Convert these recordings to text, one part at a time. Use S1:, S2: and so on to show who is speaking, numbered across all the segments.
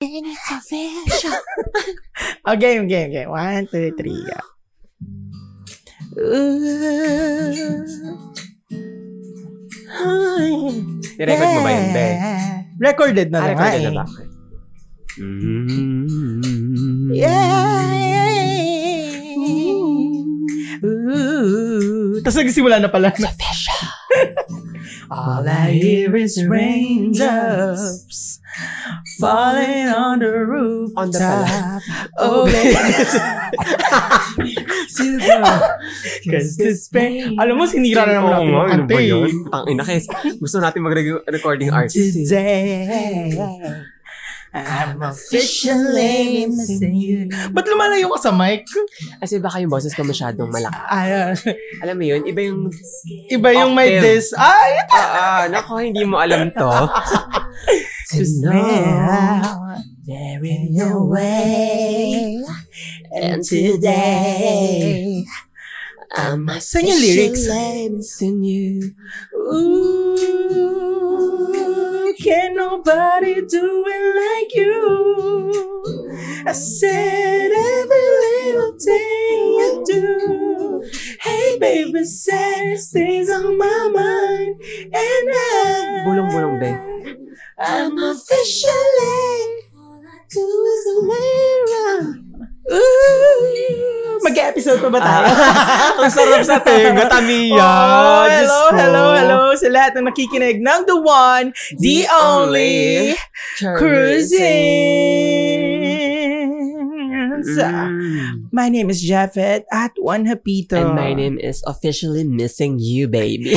S1: man, it's a fish.
S2: Oh, game, game, game. One, two, three, go.
S3: I-record mo ba yun, Be?
S2: Recorded na
S3: Ah,
S2: lang.
S3: recorded
S2: eh.
S3: na ba?
S2: Hmm. eh. Ooh. Tapos nagsimula na pala. It's All I hear is raindrops falling on the rooftop.
S3: On the pala.
S2: Oh, Cause this pain. Alam mo, sinira na naman
S3: Oo
S2: natin yung
S3: nga, Oh, ano
S2: kanta
S3: ba
S2: eh.
S3: yun? Tang ina, guys. Gusto natin mag-recording artist. eh.
S2: Today, I'm officially missing you. Ba't lumalayo ka sa mic?
S3: Kasi baka yung boses ko masyadong malaki.
S2: Ay,
S3: Alam mo yun, iba yung...
S2: iba yung may
S3: Octave.
S2: this. Ay!
S3: Ah, ah, nako, hindi mo alam to. To know
S2: there
S3: in your way. And today, I'm a
S2: Saan yung lyrics?
S3: in you.
S2: Ooh, can nobody do it like you? I said every little thing you do. Hey baby, saddest things on my mind. And I,
S3: Bulong-bulong, babe.
S2: I'm officially to is a mirror. Ooh, mag-episode pa ba tayo?
S3: Ah, Ang sarap sa tenga, Tamiya.
S2: Oh,
S3: Diyos
S2: hello,
S3: ko.
S2: hello, hello sa lahat na nakikinig ng The One, The,
S3: The
S2: Only,
S3: Only
S2: Cruising. Sa-
S3: Mm.
S2: My name is Jeffet at Juan Hapito.
S3: And my name is officially missing you, baby.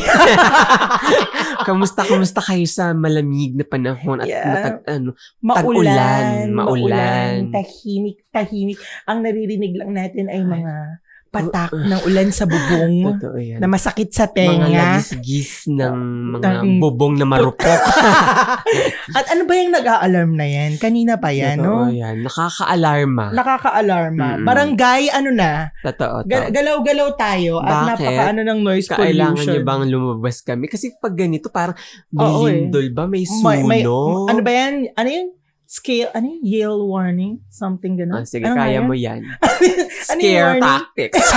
S3: kamusta, kamusta kayo sa malamig na panahon at
S2: Yeah.
S3: matag, ano,
S2: Maulan,
S3: Tag-ulan, maulan.
S2: tahimik, tahimik. Ang naririnig lang natin ay mga patak ng ulan sa bubong
S3: Uh, totoo yan.
S2: na masakit sa
S3: mga
S2: tenga.
S3: nagis-gis ng mga
S2: Ng-
S3: bubong na marupok.
S2: At ano ba yung nag-a-alarm na yan? Kanina pa yan, no?
S3: Totoo yan. Nakaka-alarma.
S2: Nakaka-alarma.
S3: Mm-mm.
S2: Barangay, ano na?
S3: Totoo. to.
S2: Ga- Galaw-galaw tayo at
S3: Bakit?
S2: napakaano ng noise
S3: Kailangan
S2: pollution.
S3: niyo bang lumabas kami? Kasi pag ganito, parang may
S2: Oo, eh.
S3: lindol ba? May suno?
S2: May- may- ano ba yan? Ano yun? Scale, ano yun? Yale warning? Something
S3: Ah,
S2: gano'n?
S3: sige,
S2: ano nga
S3: kaya
S2: yan?
S3: mo yan.
S2: Ano yung
S3: Scare
S2: warning?
S3: tactics.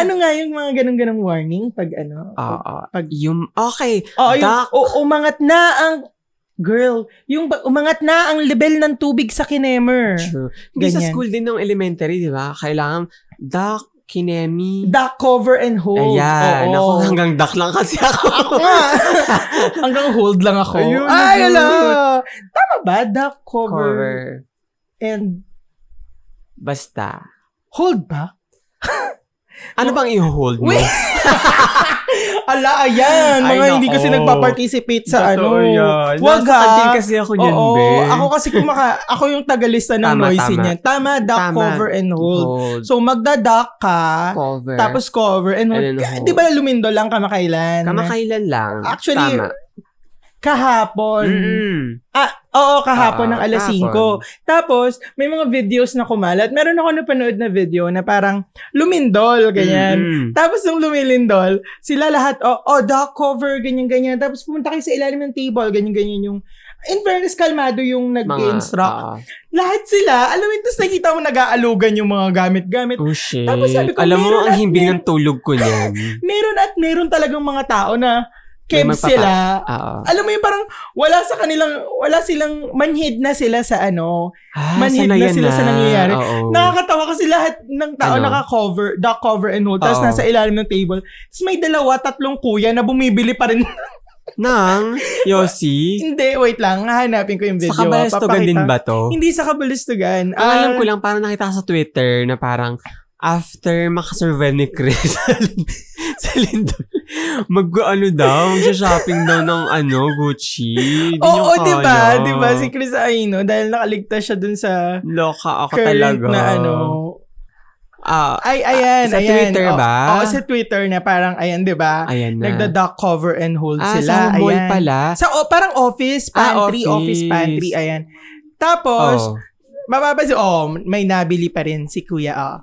S2: Ano nga yung mga ganun-ganung warning pag ano?
S3: Oo.
S2: Pag-
S3: Yung, okay.
S2: Oo, yung,
S3: Duck.
S2: o- umangat na ang, girl, yung ba- umangat na ang level ng tubig sa kinemer.
S3: True. Hindi sa
S2: Ganyan.
S3: school din ng elementary, di ba? Kailangan, duck, kinemi.
S2: Duck cover and hold.
S3: Ayan. Ako,
S2: Oo.
S3: hanggang duck lang kasi ako.
S2: Nga. Hanggang hold lang ako.
S3: Ayun,
S2: Ay,
S3: ayun.
S2: ala. Tama ba? Duck cover,
S3: Cover.
S2: and
S3: Basta.
S2: hold ba?
S3: Ano bang i-hold mo?
S2: Wait. Ala, ayan.
S3: Ay,
S2: Mga hindi
S3: nako.
S2: kasi nagpa-participate sa ano. Wag
S3: Wag
S2: ha.
S3: kasi ako niyan,
S2: Oo,
S3: be.
S2: ako kasi kumaka, ako yung tagalista ng
S3: Tama,
S2: noisy
S3: tama.
S2: niyan. Tama, duck,
S3: Tama.
S2: cover, and hold.
S3: Hold.
S2: So, magda-duck ka,
S3: cover.
S2: tapos cover, and hold.
S3: And then hold.
S2: Di ba lumindo lang kamakailan?
S3: Kamakailan lang.
S2: Actually,
S3: Tama.
S2: Kahapon.
S3: Mm-mm.
S2: Ah, oo, kahapon ng
S3: Ah,
S2: alas
S3: kahapon.
S2: 5. Tapos, may mga videos na kumalat. Meron ako napanood na video na parang lumindol, ganyan.
S3: Mm-mm.
S2: Tapos nung lumilindol, sila lahat, oh, oh duck cover, ganyan-ganyan. Tapos pumunta kayo sa ilalim ng table, ganyan-ganyan yung... In fairness, kalmado yung nag-instruct.
S3: ah.
S2: lahat sila, alam mo, tapos nakita mo nag-aalugan yung mga gamit-gamit.
S3: Oh, shit.
S2: Tapos sabi ko,
S3: Alam mo,
S2: meron at
S3: ang himbing
S2: meron.
S3: ng tulog ko niyan.
S2: Meron at meron talagang mga tao na
S3: May
S2: kebs
S3: magpapa-
S2: sila.
S3: Oo.
S2: Alam mo yung parang wala sa kanilang, wala silang, manhid na sila sa ano.
S3: Ah,
S2: Manhid
S3: sanay
S2: na
S3: yan
S2: sila sa nangyayari.
S3: Oo.
S2: Nakakatawa kasi lahat ng tao
S3: Oh. Ano? Ah.
S2: naka-cover, duck cover and hold. Tapos
S3: Oo.
S2: nasa ilalim ng table. Tapos may dalawa, tatlong kuya na bumibili pa rin.
S3: Nang, Yossi,
S2: Hindi, wait lang. Hahanapin ko yung video.
S3: sa kabalastogan
S2: Papakita.
S3: din ba to?
S2: Hindi sa kabalastugan.
S3: Ang alam
S2: Ah,
S3: ko lang, parang nakita ko sa Twitter na parang after makasurvive ni Chris sa lin- sa lindol, mag-ano daw, mag-shopping daw ng ano, Gucci. Di
S2: Oo,
S3: niyo
S2: di ba?
S3: kaya.
S2: Di ba? Si Chris Aino, dahil nakaligtas siya dun sa
S3: Loka ako
S2: current
S3: talaga.
S2: na ano.
S3: Ah,
S2: Ay, ayan,
S3: Sa
S2: ayan.
S3: Twitter
S2: Oo,
S3: ba?
S2: Oo, sa Twitter na parang, ayan, di ba?
S3: ayan na.
S2: Nagda-duck cover and hold
S3: ah,
S2: sila.
S3: sa mall
S2: ayan.
S3: pala.
S2: Sa, o, parang office,
S3: Ah,
S2: pantry, office.
S3: office. Oh.
S2: pantry, ayan. Tapos,
S3: Oo.
S2: mapapansin, oh, may nabili pa rin si kuya, oh.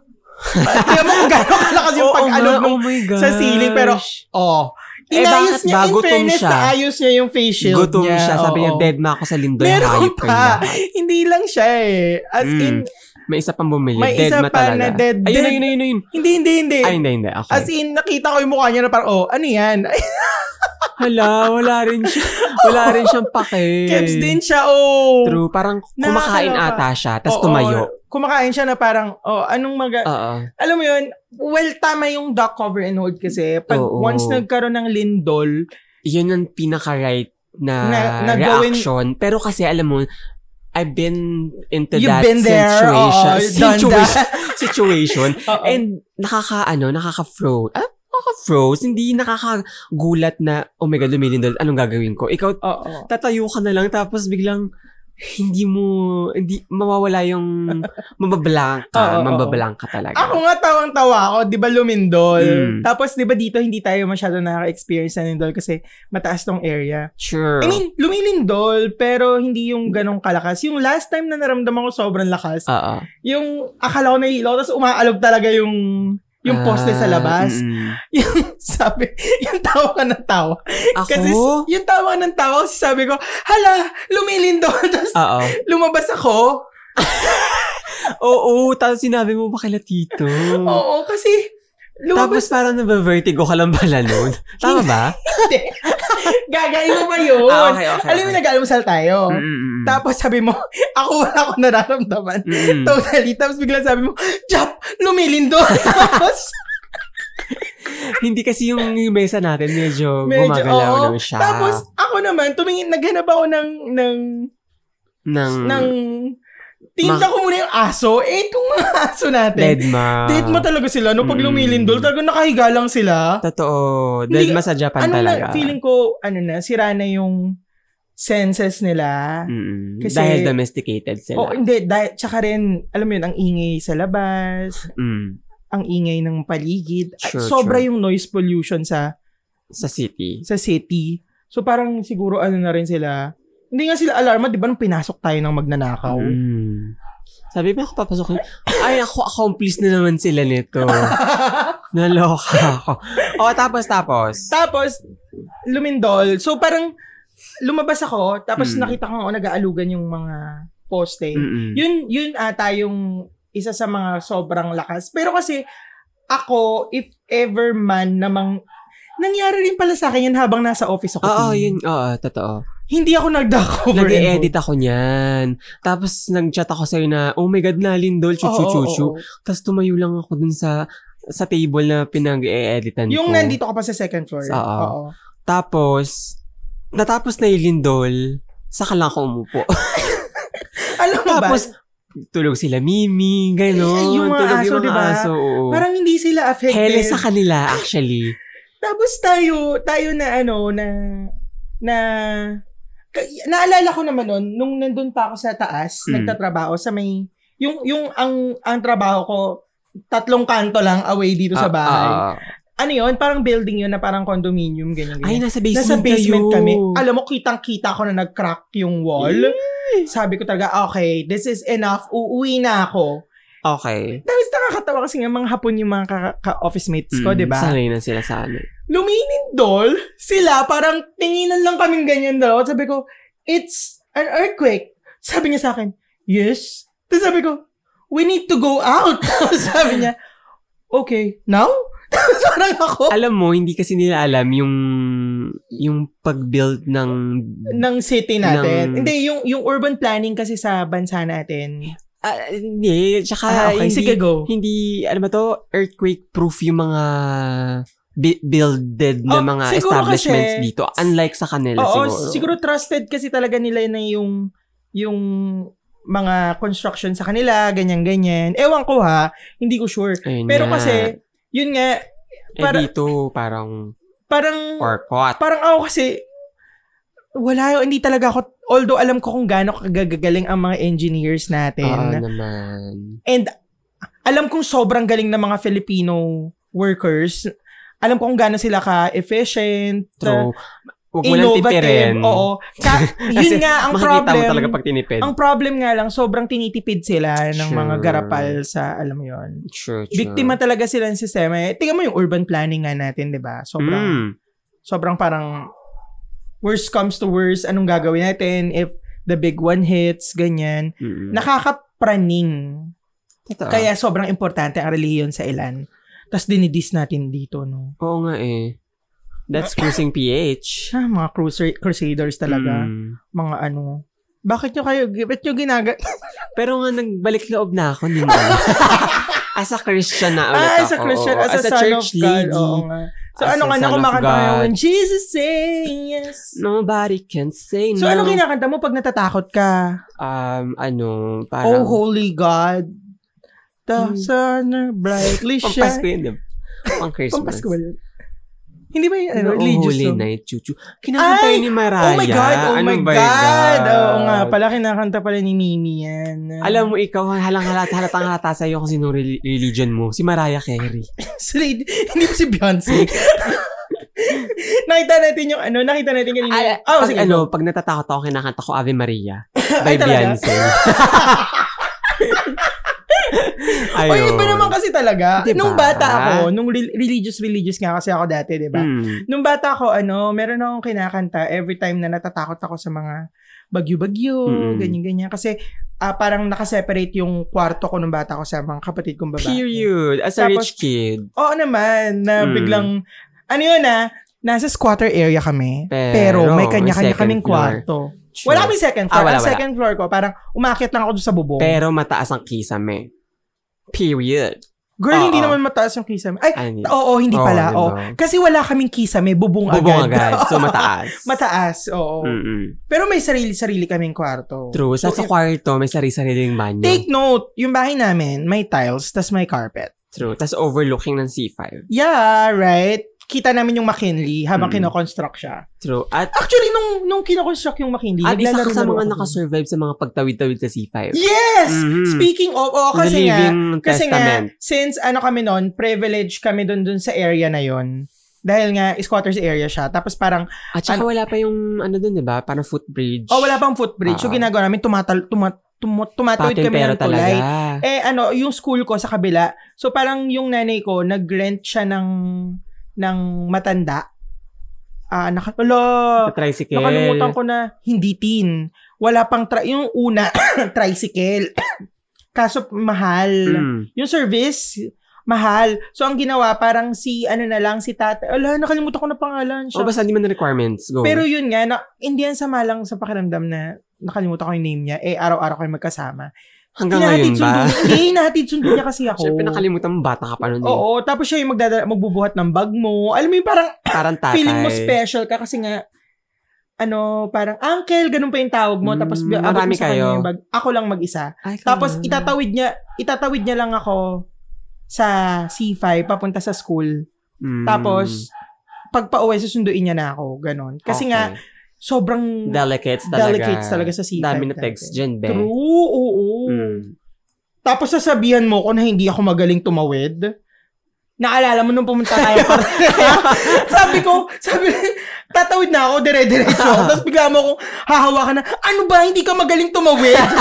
S2: Tingnan mo kung gano'ng kalakas yung
S3: Oo
S2: pag-alog
S3: nga,
S2: nung
S3: oh my
S2: sa
S3: gosh. Eh,
S2: ceiling, pero, oh,
S3: bakit
S2: Inayos niya,
S3: ba?
S2: in
S3: Gutom
S2: fairness,
S3: siya.
S2: naayos niya yung face shield
S3: Gutom
S2: niya.
S3: siya. Sabi niya,
S2: oo.
S3: dead na ako sa lindoy.
S2: Meron
S3: Hayop kayo
S2: pa.
S3: lahat."
S2: Hindi lang siya eh. As
S3: Mm.
S2: in,
S3: May isa pang bumili.
S2: May
S3: dead
S2: isa
S3: na
S2: pa na
S3: talaga.
S2: dead,
S3: Ayun,
S2: dead.
S3: ayun, ayun, ayun.
S2: hindi, hindi, hindi.
S3: Ay, hindi, hindi. Okay.
S2: As in, nakita ko yung mukha niya na parang, oh, ano yan?
S3: Hala, wala rin siya. Wala rin siyang pake.
S2: Kebs din siya, oh.
S3: True. Parang kumakain
S2: Nakakaloka.
S3: ata siya, tapos
S2: Oo,
S3: tumayo. Ah.
S2: Kumakain siya na parang, oh, anong maga...
S3: Oo.
S2: alam mo yun, well, tama yung duck cover and hold kasi. Pag
S3: Oo.
S2: once nagkaroon ng lindol,
S3: Yun ang pinaka-right na,
S2: Na- na gawin-
S3: reaction. Pero kasi, alam mo, I've been into
S2: You've
S3: that
S2: been there,
S3: situation.
S2: oo, you've done
S3: situation. situation.
S2: Oo.
S3: And nakaka, ano, nakaka-froze. Ah, nakaka-froze. Hindi nakakagulat na, oh my God, lumilindol. Anong gagawin ko? Ikaw,
S2: Oo.
S3: tatayo ka na lang tapos biglang hindi mo hindi mawawala yung mabablank ka
S2: Oo, oo,
S3: mabablank ka talaga
S2: Ako nga tawang-tawa ako, 'di ba lumindol?
S3: Mm.
S2: Tapos 'di ba dito hindi tayo masyado nakaka-experience ng lindol kasi mataas tong area. I
S3: sure
S2: mean, lumilindol pero hindi yung ganong kalakas. Yung last time na naramdaman ko sobrang lakas,
S3: oo
S2: yung akala ko nahihilo tapos umaalog talaga yung yung poste sa
S3: Ah,
S2: labas.
S3: mm.
S2: Yung sabi, yung tawa ka ng tawa.
S3: ako
S2: Kasi s- yung tawa ka ng tawa, kasi sabi ko, hala, lumilindol. Tapos
S3: oo
S2: lumabas ako.
S3: oo tapos sinabi mo pa kila tito
S2: Oo, kasi lumabas.
S3: tapos parang nabavertigo ka lang pala nun tama ba
S2: Gagay mo pa yun.
S3: Ah, okay okay Mm.
S2: Alam mo, nag-almusal tayo. Tapos sabi mo, ako wala akong nararamdaman.
S3: Mm.
S2: Totally. Tapos bigla sabi mo, Jap, lumilindo. Tapos,
S3: hindi kasi yung mesa natin medyo,
S2: medyo,
S3: gumagalaw
S2: oo.
S3: lang siya
S2: Tapos, ako naman, tumingin, naghanap ako ng, ng,
S3: ng,
S2: ng, tinta
S3: Mm. Ma-
S2: ko muna yung aso. Eh, itong mga aso natin.
S3: dead ma
S2: Date mo talaga sila. No, pag
S3: Mm.
S2: lumilindol, talaga nakahiga lang sila.
S3: totoo dead
S2: Hindi,
S3: ma sa Japan
S2: Ano na,
S3: talaga
S2: feeling ko, ano na, sira na yung senses nila.
S3: Mm-mm.
S2: Kasi-
S3: dahil domesticated sila.
S2: O hindi, dahil, tsaka rin, alam mo yun, ang ingay sa labas.
S3: Mm.
S2: ang ingay ng paligid. At
S3: Sure,
S2: sobra yung noise pollution sa
S3: Sa city.
S2: sa city. So parang siguro ano na rin sila. Hindi nga sila alarma, di ba? Nung pinasok tayo ng magnanakaw.
S3: Mm. Sabi ba ako papasok yun? Ay, ako, accomplice na naman sila nito. Naloka ako. O, tapos, tapos.
S2: Tapos, lumindol. So parang lumabas ako, tapos
S3: Mm.
S2: nakita ko nga, oh, nag-aalugan yung mga poste.
S3: Mm-mm.
S2: Yun, yun ata yung isa sa mga sobrang lakas. Pero kasi, ako, if ever man namang, nangyari rin pala sa akin yan habang nasa office ako.
S3: Oo,
S2: Tin.
S3: Ah, yun. Oo, totoo.
S2: Hindi ako nag-duck over
S3: Nag-edit ako niyan. Tapos, nag-chat ako sa'yo na, oh my God, nalindol, chuchu-chuchu.
S2: Oo, oo, oo.
S3: Tapos, tumayo lang ako dun sa sa table na pinag-e-editan
S2: Yung
S3: ko.
S2: nandito ka pa sa second floor.
S3: Oo.
S2: Oo.
S3: Tapos, natapos na yung lindol, saka lang ako umupo.
S2: Diba? Alam mo
S3: Tapos, tulog sila Mimi, gano'n.
S2: Ay, yung mga
S3: tulog
S2: aso, diba?
S3: aso, oo.
S2: ba? Parang hindi sila affected.
S3: Hele sa kanila, actually.
S2: Tapos tayo, tayo na ano, na, na, ka- naalala ko naman nun, nung nandun pa ako sa taas,
S3: Mm.
S2: nagtatrabaho sa may, yung, yung, ang, ang trabaho ko, tatlong kanto lang away dito sa
S3: Ah,
S2: bahay.
S3: ah, ah.
S2: ano yun? Parang building yun na parang condominium, ganyan,
S3: ay,
S2: ganyan.
S3: nasa basement,
S2: Nasa basement
S3: kayo.
S2: kami. Alam mo, kitang-kita ko na nag-crack yung wall. Sabi ko talaga, okay, this is enough. Uuwi na ako.
S3: Okay.
S2: Tapos nakakatawa kasi nga mga hapon yung mga ka- ka-office mates ko, diba?
S3: Mm,
S2: di ba?
S3: Sanay na sila sa ano.
S2: Luminindol sila, parang tinginan lang kaming ganyan dalawa. Sabi ko, it's an earthquake. Sabi niya sa akin, yes. Tapos sabi ko, we need to go out. Tapos sabi niya, okay, now? Tapos parang ako,
S3: Alam mo, hindi kasi nila alam yung yung pag-build ng...
S2: ng city natin.
S3: Ng-
S2: Hindi, yung, yung urban planning kasi sa bansa natin.
S3: Ah, hindi. Tsaka,
S2: Ah, okay,
S3: hindi,
S2: sige, go.
S3: hindi, alam mo to, earthquake-proof yung mga bi- builded na
S2: Oh,
S3: mga
S2: siguro
S3: establishments
S2: kasi-
S3: dito. Unlike sa kanila,
S2: Oo,
S3: siguro.
S2: siguro trusted kasi talaga nila na yung yung mga construction sa kanila, ganyan-ganyan. Ewan ko ha, hindi ko sure.
S3: Ayun
S2: Pero
S3: nga.
S2: kasi, yun nga,
S3: Eh,
S2: para- Hmm.
S3: dito, parang
S2: parang,
S3: orcot.
S2: parang ako kasi, wala, hindi talaga ako, although alam ko kung gaano kagagaling ang mga engineers
S3: Oo
S2: natin.
S3: naman.
S2: And, alam kong sobrang galing ng mga Filipino workers. Alam ko kung gaano sila ka-efficient,
S3: True. Huwag mo lang tipirin.
S2: innovative. Oo. Ka-
S3: Kasi
S2: yun nga ang
S3: Makikita
S2: problem.
S3: mo talaga pag tinipid.
S2: Ang problem nga lang, sobrang tinitipid sila ng mga
S3: Sure.
S2: garapal sa, alam mo yun.
S3: True, true.
S2: Biktima talaga sila ng sistema. Eh, tingnan mo yung urban planning nga natin, di ba? Sobrang,
S3: Mm.
S2: sobrang parang worst comes to worst, anong gagawin natin if the big one hits, ganyan.
S3: Mm-mm.
S2: Nakakapraning.
S3: Totoo.
S2: Kaya sobrang importante ang reliyon sa ilan. Tapos dinidis natin dito, no?
S3: Oo nga eh. That's cruising PH.
S2: Ah, mga cruiser, crusaders talaga.
S3: Mm.
S2: Mga ano. Bakit nyo kayo, ba't nyo ginaga?
S3: Pero nga, nagbalik loob na ako nila. as a Christian na ulit
S2: Ah,
S3: ako.
S2: as a Christian,
S3: Oo,
S2: as, a, son
S3: church
S2: of God.
S3: lady.
S2: Oo nga. So,
S3: As
S2: ano
S3: a
S2: nga na
S3: son of
S2: kumakanta ka
S3: God.
S2: ngayon? Jesus say yes.
S3: Nobody can say
S2: So,
S3: no.
S2: ano kinakanta mo pag natatakot ka?
S3: Um, ano,
S2: oh,
S3: parang...
S2: holy God. The
S3: Hmm.
S2: sun are brightly shine.
S3: Pampasko yun, di ba? Pang Christmas.
S2: Pampasko ba yun? Hindi ba yun? Ano,
S3: No,
S2: religious
S3: oh, Holy
S2: song?
S3: Night, Chuchu. Kinakanta
S2: Ay!
S3: yun ni Mariah.
S2: Oh my God! Oh
S3: ano
S2: my
S3: ba
S2: God!
S3: yun?
S2: Oo nga pala, kinakanta pala ni Mimi yan.
S3: Alam mo, ikaw, halang halata, halatang halata sa'yo kung sinong rel- religion mo. Si Mariah Carey.
S2: Sila, hindi hindi ba si Beyonce? nakita natin yung ano, nakita natin kanina.
S3: Ay,
S2: oh,
S3: pag,
S2: sige.
S3: ano, pag natatakot ako, kinakanta ko Ave Maria by
S2: Ay, talaga?
S3: Beyonce. Ayun.
S2: Oy, iba Oh, naman kasi talaga.
S3: Diba?
S2: Nung bata ako, nung re- religious-religious nga kasi ako dati, diba? di ba?
S3: Mm.
S2: Nung bata ako, ano, meron akong kinakanta every time na natatakot ako sa mga bagyo-bagyo,
S3: Mm-mm.
S2: ganyan-ganyan. Kasi ah, parang nakaseparate yung kwarto ko nung bata ko sa mga kapatid kong babae.
S3: Period. As a
S2: Tapos-
S3: rich kid.
S2: Oo naman, na
S3: Mm.
S2: biglang, ano yun ah, nasa squatter area kami. Pero,
S3: Pero,
S2: may kanya-kanya
S3: second
S2: kaming
S3: floor.
S2: kwarto. Wala kaming second floor.
S3: Ah, wala,
S2: ang
S3: wala.
S2: second floor ko, parang umakyat lang ako doon sa bubong.
S3: Pero mataas ang kisame. Period.
S2: Girl, hindi
S3: Oo.
S2: naman mataas yung kisame. Ay,
S3: Ano?
S2: oo, hindi
S3: Oo,
S2: pala.
S3: diba?
S2: oo. Kasi wala kaming kisame, bubong,
S3: Bubong
S2: agad.
S3: agad. So, mataas. Mm.
S2: mataas, oo.
S3: Mm-mm.
S2: Pero may sarili-sarili kaming kwarto.
S3: True. Sa,
S2: So,
S3: sa
S2: if-
S3: kwarto, may sarili-sariling banyo.
S2: Take note, yung bahay namin, may tiles, tas may carpet.
S3: True. Tapos overlooking ng C5.
S2: Yeah, right? Kita namin yung McKinley habang
S3: Mm.
S2: kinoconstruct siya.
S3: True. At,
S2: Actually, nung, nung kinoconstruct yung McKinley,
S3: at isa
S2: naglalaro
S3: ka sa
S2: na
S3: mga
S2: ako.
S3: nakasurvive sa mga pagtawid-tawid sa C5.
S2: Yes!
S3: Mhm.
S2: Speaking of, oo,
S3: The
S2: kasi nga,
S3: Living
S2: kasi
S3: Testament.
S2: nga, since ano kami noon, privileged kami dun dun sa area na yon Dahil nga, squatters area siya. Tapos parang,
S3: At saka
S2: Ano-
S3: wala pa yung ano dun, di ba? Parang footbridge.
S2: oh, wala pang footbridge. So,
S3: Ah.
S2: ginagawa namin, tumatal, tuma, tumu- tumatawid
S3: Patin
S2: kami
S3: pero
S2: ng tulay.
S3: talaga.
S2: Eh, ano, yung school ko sa kabila. So, parang yung nanay ko, nag-rent siya ng, ng matanda. Ah, naka,
S3: Sa
S2: Alo,
S3: tricycle.
S2: nakalimutan ko na, hindi teen. Wala pang, tri- yung una, tricycle. Kaso, mahal.
S3: Mm.
S2: Yung service, mahal. So, ang ginawa, parang si, ano na lang, si tatay. Ala, nakalimutan ko na pangalan
S3: O
S2: siya.
S3: Oh, basta hindi man na requirements. Go.
S2: Pero yun nga, na, hindi yan sama lang sa pakiramdam na nakalimutan ko yung name niya. Eh, araw-araw kayo magkasama.
S3: Hanggang
S2: Hinahatid
S3: ngayon ba?
S2: sundo- Hindi, hinahatid sundo niya kasi ako.
S3: Siyempre nakalimutan mo bata ka pa nun eh.
S2: Oo, tapos siya yung magdadala, magbubuhat ng bag mo. Alam mo yung parang
S3: Parang tatay.
S2: feeling mo special ka kasi nga, ano, parang uncle, ganun pa yung tawag mo. Tapos
S3: Mm,
S2: abot mo
S3: marami
S2: sa kanya
S3: kayo. Mm.
S2: yung bag. Ako lang mag-isa.
S3: Ay, come
S2: Tapos
S3: on.
S2: itatawid niya, itatawid niya lang ako sa C5 papunta sa school.
S3: Mm.
S2: Tapos pag pauwi susunduin niya na ako, ganun. Kasi nga
S3: Okay.
S2: sobrang
S3: delicates talaga.
S2: delicates talaga sa C5.
S3: Dami na
S2: dati.
S3: text dyan, be.
S2: True, oo.
S3: Mm.
S2: Tapos sasabihan mo ko na hindi ako magaling tumawid. Naalala mo nung pumunta tayo para- sabi ko, sabi tatawid na ako, dire-diretso. ako. Tapos bigla mo akong hahawakan na, ano ba, hindi ka magaling tumawid?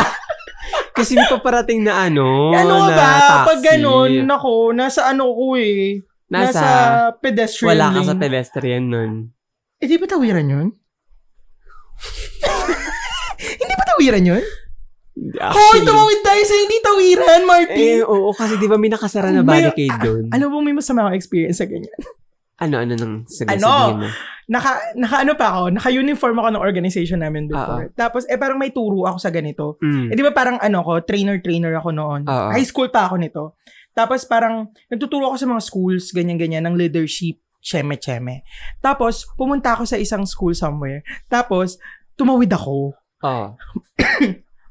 S3: Kasi may paparating na ano,
S2: ano ka
S3: na
S2: ba?
S3: taxi.
S2: Pag ganun, nako, nasa ano ko eh.
S3: nasa,
S2: pedestrian
S3: wala ka
S2: lane.
S3: sa pedestrian nun.
S2: Eh, di ba tawiran yun? hindi ba tawiran yun? Hoy, tumawid tayo sa hindi tawiran,
S3: Eh,
S2: Martin.
S3: oo, kasi di ba may nakasara na
S2: May- Ano
S3: barricade doon?
S2: alam mo, may masama akong experience sa ganyan.
S3: Ano, ano nang sige,
S2: Ano?
S3: sabihin mo?
S2: Naka, naka ano pa ako, naka-uniform ako ng organization namin before. Tapos, eh parang may turo ako sa ganito.
S3: Mm.
S2: Eh, di ba parang ano ko, trainer-trainer ako noon.
S3: Oo.
S2: High school pa ako nito. Tapos parang nagtuturo ako sa mga schools, ganyan-ganyan, ng leadership, cheme-cheme. Tapos, pumunta ako sa isang school somewhere. Tapos, tumawid ako.
S3: Oh.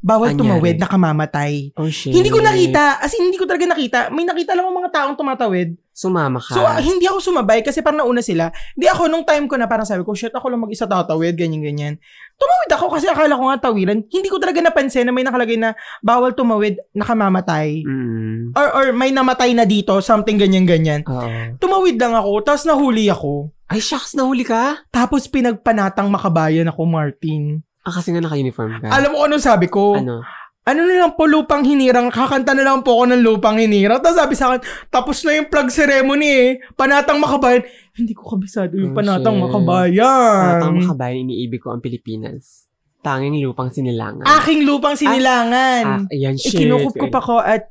S2: Bawal
S3: Anyari?
S2: tumawid, nakamamatay.
S3: oh, shit.
S2: Hindi ko nakita, as in, hindi ko talaga nakita. May nakita lang akong mga taong tumatawid.
S3: Sumama ka.
S2: So, ah, hindi ako sumabay kasi parang nauna sila. Hindi ako, nung time ko na parang sabi ko, shit, ako lang mag-isa tatawid, ganyan-ganyan. Tumawid ako kasi akala ko nga tawiran. Hindi ko talaga napansin na may nakalagay na bawal tumawid, nakamamatay.
S3: Mm.
S2: Or, or may namatay na dito, something ganyan-ganyan.
S3: Oo.
S2: Tumawid lang ako, tapos nahuli ako.
S3: Ay, shucks, nahuli ka?
S2: Tapos pinagpanatang makabayan ako, Martin.
S3: Ah, kasi nga naka-uniform ka.
S2: Alam mo kung anong sabi ko?
S3: ano?
S2: ano na lang po, lupang hinirang. Kakanta na lang po ako ng lupang hinirang. Tapos sabi sa akin, tapos na yung plug ceremony eh. Panatang makabayan. Hindi ko kabisado yung
S3: Oh,
S2: panatang
S3: shit.
S2: makabayan.
S3: Natang makabayan, iniibig ko ang Pilipinas. Tanging lupang sinilangan.
S2: Aking lupang
S3: Ah,
S2: sinilangan.
S3: ayan, shit.
S2: Ikinukup Eh, ko pa Ano ko at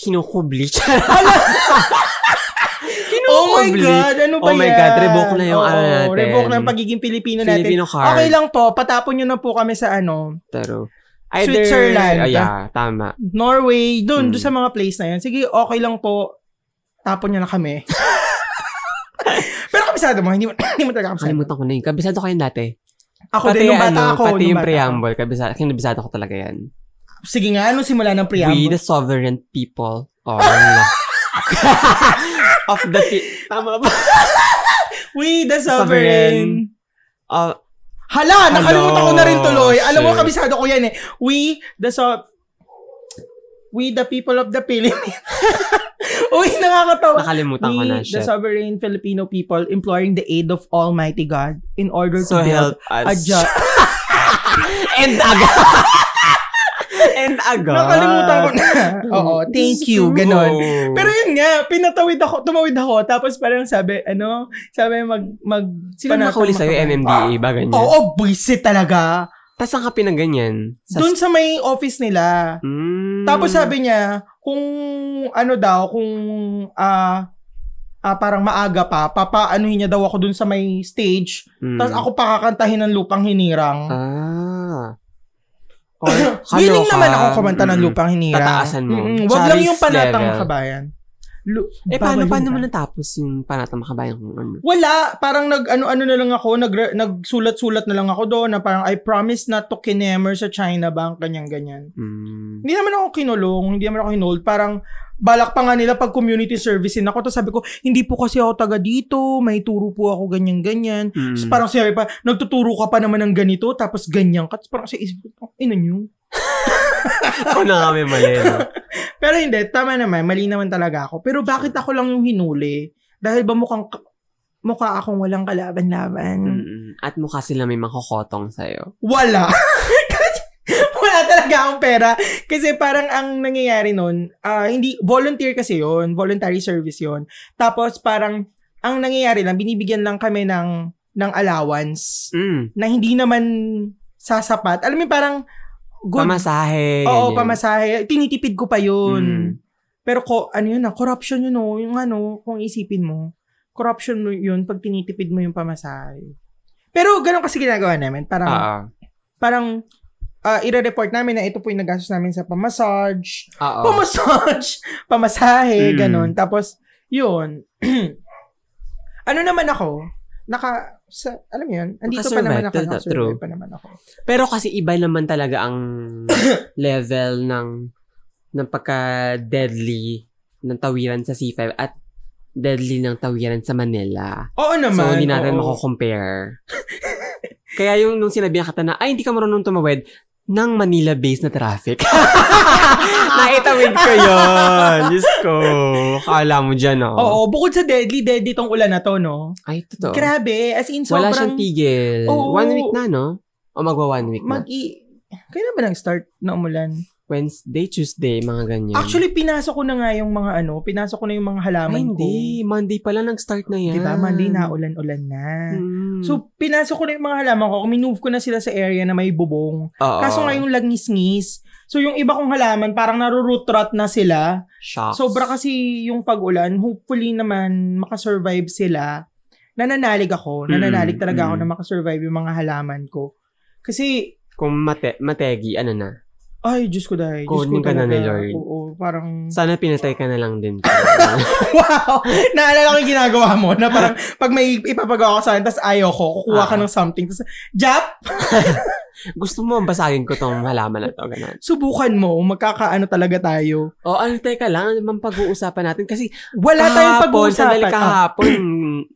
S3: Kinukubli.
S2: Oh my
S3: Kinukubli.
S2: God, ano ba
S3: Oh my
S2: yan?
S3: God, revoke na yung
S2: Oo,
S3: ano natin.
S2: Revoke na yung pagiging Pilipino natin.
S3: Filipino card.
S2: Okay lang po, patapon nyo na po kami sa ano,
S3: Pero,
S2: Switzerland.
S3: Ah, yeah, tama.
S2: Norway, doon,
S3: Hmm.
S2: doon sa mga place na yan. Sige, okay lang po, tapon nyo na kami. Pero kabisado mo, hindi mo, hindi mo talaga kabisado.
S3: Nakalimutan ko na yun. Kabisado kayo dati.
S2: Ako din, nung bata
S3: ano,
S2: ako.
S3: Pati
S2: nung
S3: yung
S2: bata
S3: preamble, kabisado, kinabisado ko talaga yan.
S2: ako. Sige nga, ano simula ng
S3: We
S2: preamble?
S3: the sovereign people ano? of the... of the... Fi- tama ba?
S2: We the, sovereign.
S3: sovereign. Of,
S2: Hala, nakalimutan ko na rin tuloy. Alam mo,
S3: Shit.
S2: kabisado ko yan eh. We, the so... We, the people of the Philippines. Uy, nakakatawa.
S3: nakalimutan ko
S2: We,
S3: na,
S2: the
S3: shit.
S2: sovereign Filipino people, imploring the aid of Almighty God in order
S3: So
S2: to build
S3: help us.
S2: a just...
S3: And aga. And aga.
S2: Nakalimutan ko na. Oo, thank you. Ganon.
S3: Oh.
S2: Pero yun nga, pinatawid ako, tumawid ako, tapos parang sabi, ano, sabi mag, mag,
S3: Sino
S2: panatang
S3: nakahuli sa'yo?
S2: makabayan.
S3: MMDA ba? Ganyan.
S2: Oo, buisit talaga.
S3: Tapos ang ka pinaganyan? Sa
S2: Doon sa may office nila,
S3: Mm.
S2: Tapos sabi niya, kung ano daw, kung ah ah, parang maaga pa, papaanuhin niya daw ako dun sa may stage.
S3: Mm.
S2: Tapos ako pakakantahin ng lupang hinirang.
S3: Ah.
S2: Willing
S3: kaloka.
S2: naman ako kumanta ng
S3: Mm-mm.
S2: lupang hinirang.
S3: Tataasan mo.
S2: Mm-mm. Wag lang
S3: Charis
S2: yung panatang
S3: level.
S2: kabayan. Lu-
S3: Eh,
S2: bawal
S3: paano,
S2: yun,
S3: paano mo
S2: ha?
S3: natapos yung panatang makabayan kung ano?
S2: Wala, parang nag ano-ano na lang ako, nag nagsulat-sulat na lang ako doon na parang I promise not to kinemer sa China Bank ganyan ganyan.
S3: Mm.
S2: hindi naman ako kinulong, hindi naman ako hinold. Parang balak pa nga nila pag community servicing ako. Tapos sabi ko, hindi po kasi ako taga dito, may turo po ako ganyan-ganyan.
S3: Mm.
S2: Tapos parang sinabi pa, nagtuturo ka pa naman ng ganito, tapos ganyan ka. Tapos parang sa isip ko, ina nyo.
S3: Ako na kami mali. no?
S2: Pero hindi, tama naman, mali naman talaga ako. Pero bakit ako lang yung hinuli? Dahil ba mukhang, mukha akong walang kalaban-laban?
S3: Mm-mm. At mukha sila may makakotong sa'yo.
S2: Wala. Kasi wala talaga akong pera. Kasi parang ang nangyayari nun, ah, hindi, volunteer kasi yon voluntary service yon Tapos parang, ang nangyayari lang, binibigyan lang kami ng, ng allowance
S3: Mm.
S2: na hindi naman sasapat. Alam mo yung parang, good,
S3: Pamasahe.
S2: oo,
S3: ganyan.
S2: pamasahe. Tinitipid ko pa
S3: Mm.
S2: yun. Pero ko, ano yun ah, corruption yun oh, yung ano, kung isipin mo, corruption mo yun pag tinitipid mo yung pamasahe. Pero ganun kasi ginagawa namin. Parang,
S3: Oo.
S2: parang uh, ire-report namin na ito po yung nagastos namin sa pamassage,
S3: Oo.
S2: pamassage, pamasahe,
S3: Mm.
S2: ganun. Tapos, yun. ano naman ako, naka, sa, alam mo yun, andito pa naman ako,
S3: Nakasurvive, totoo,
S2: nakasurvive
S3: true.
S2: pa naman ako.
S3: Pero kasi iba naman talaga ang level ng ng pagka-deadly ng tawiran sa C5 at deadly ng tawiran sa Manila.
S2: Oo naman.
S3: so, hindi natin
S2: oo.
S3: mako-compare. Kaya yung nung sinabi ng kata na, ay, hindi ka marunong tumawid ng Manila-based na traffic. Naitawid ko yun. Diyos ko. Kala mo dyan, oh.
S2: Oo, bukod sa deadly, deadly tong ulan na to, no?
S3: Ay, totoo.
S2: Grabe, as in
S3: Wala
S2: sobrang...
S3: siyang tigil.
S2: Oo.
S3: One week na, no? O magwa one week na.
S2: mag-i... Kailan ba nag-start na umulan?
S3: Wednesday, Tuesday, mga ganyan.
S2: Actually, pinasok ko na nga yung mga ano, pinasok ko na yung mga halaman ko.
S3: Ay, hindi. Monday pala nag-start na yan.
S2: Diba? Monday na, ulan-ulan na.
S3: Mm.
S2: So, pinasok ko na yung mga halaman ko. Minove ko na sila sa area na may bubong.
S3: Oo.
S2: Kaso nga yung lagnis-ngis. So, yung iba kong halaman, parang naruroot rot na sila.
S3: Shocks.
S2: Sobra kasi yung pag-ulan. Hopefully naman, makasurvive sila. Nananalig ako. Nananalig
S3: Mm,
S2: talaga ako
S3: mm.
S2: na makasurvive yung mga halaman ko. Kasi,
S3: Kung mate- mategi, ano na?
S2: ay, Diyos ko dahil. Diyos ko
S3: Kunin ka na ni
S2: talaga.
S3: Lord.
S2: Oo, parang...
S3: Sana pinatay ka na lang din.
S2: Wow! Naalala ko yung ginagawa mo na parang pag may ipapagawa ko sa akin, tapos ayaw ko, kukuha ka
S3: Ah.
S2: ng something. Tapos, Jap,
S3: Gusto mo basahin ko tong halaman na to, ganun.
S2: subukan mo, magkakaano talaga tayo.
S3: O, ano, teka lang, ano bang pag-uusapan natin? Kasi,
S2: Wala tayong
S3: kahapon, sandali,
S2: pag-uusapan. Ah,
S3: kahapon,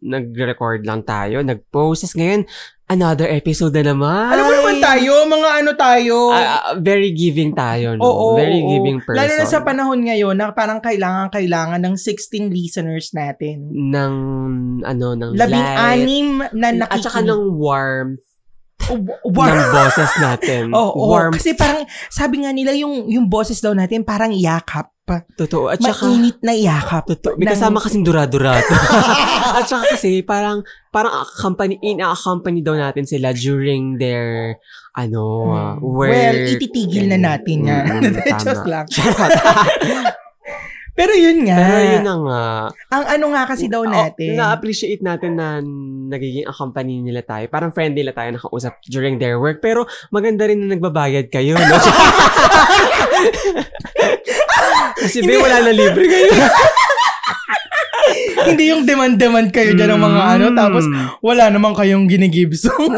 S3: nag-record lang tayo, nag-process. Ngayon, another episode na naman.
S2: alam mo naman tayo, mga ano tayo.
S3: Ah, ah, very giving tayo, no?
S2: Oo,
S3: very
S2: oo,
S3: giving
S2: oo.
S3: person.
S2: Lalo na sa panahon ngayon na parang kailangan-kailangan ng 16 listeners natin.
S3: ng, ano, ng
S2: Labing
S3: light.
S2: anim na nakikinig.
S3: At saka ng warmth.
S2: warm.
S3: ng boses natin.
S2: Oh, oh,
S3: Warm.
S2: Kasi parang, sabi nga nila, yung, yung boses daw natin parang yakap.
S3: Totoo. At saka,
S2: Mainit na yakap.
S3: Totoo. May
S2: Ng-
S3: kasama kasing durado-rado. At saka kasi parang parang accompany ina-accompany daw natin sila during their ano
S2: Hmm.
S3: work.
S2: Well, ititigil na natin nga.
S3: Mm,
S2: Just
S3: tama.
S2: lang. Pero yun nga.
S3: Pero yun na nga.
S2: Ang ano nga kasi daw
S3: Oh,
S2: natin.
S3: na-appreciate natin na nagiging accompany nila tayo. Parang friend nila tayo nakausap during their work. Pero maganda rin na nagbabayad kayo. No? Kasi be, wala na libre kayo.
S2: Hindi yung demand-demand kayo dyan ng mga ano, tapos
S3: Mm.
S2: wala naman kayong ginigibsong.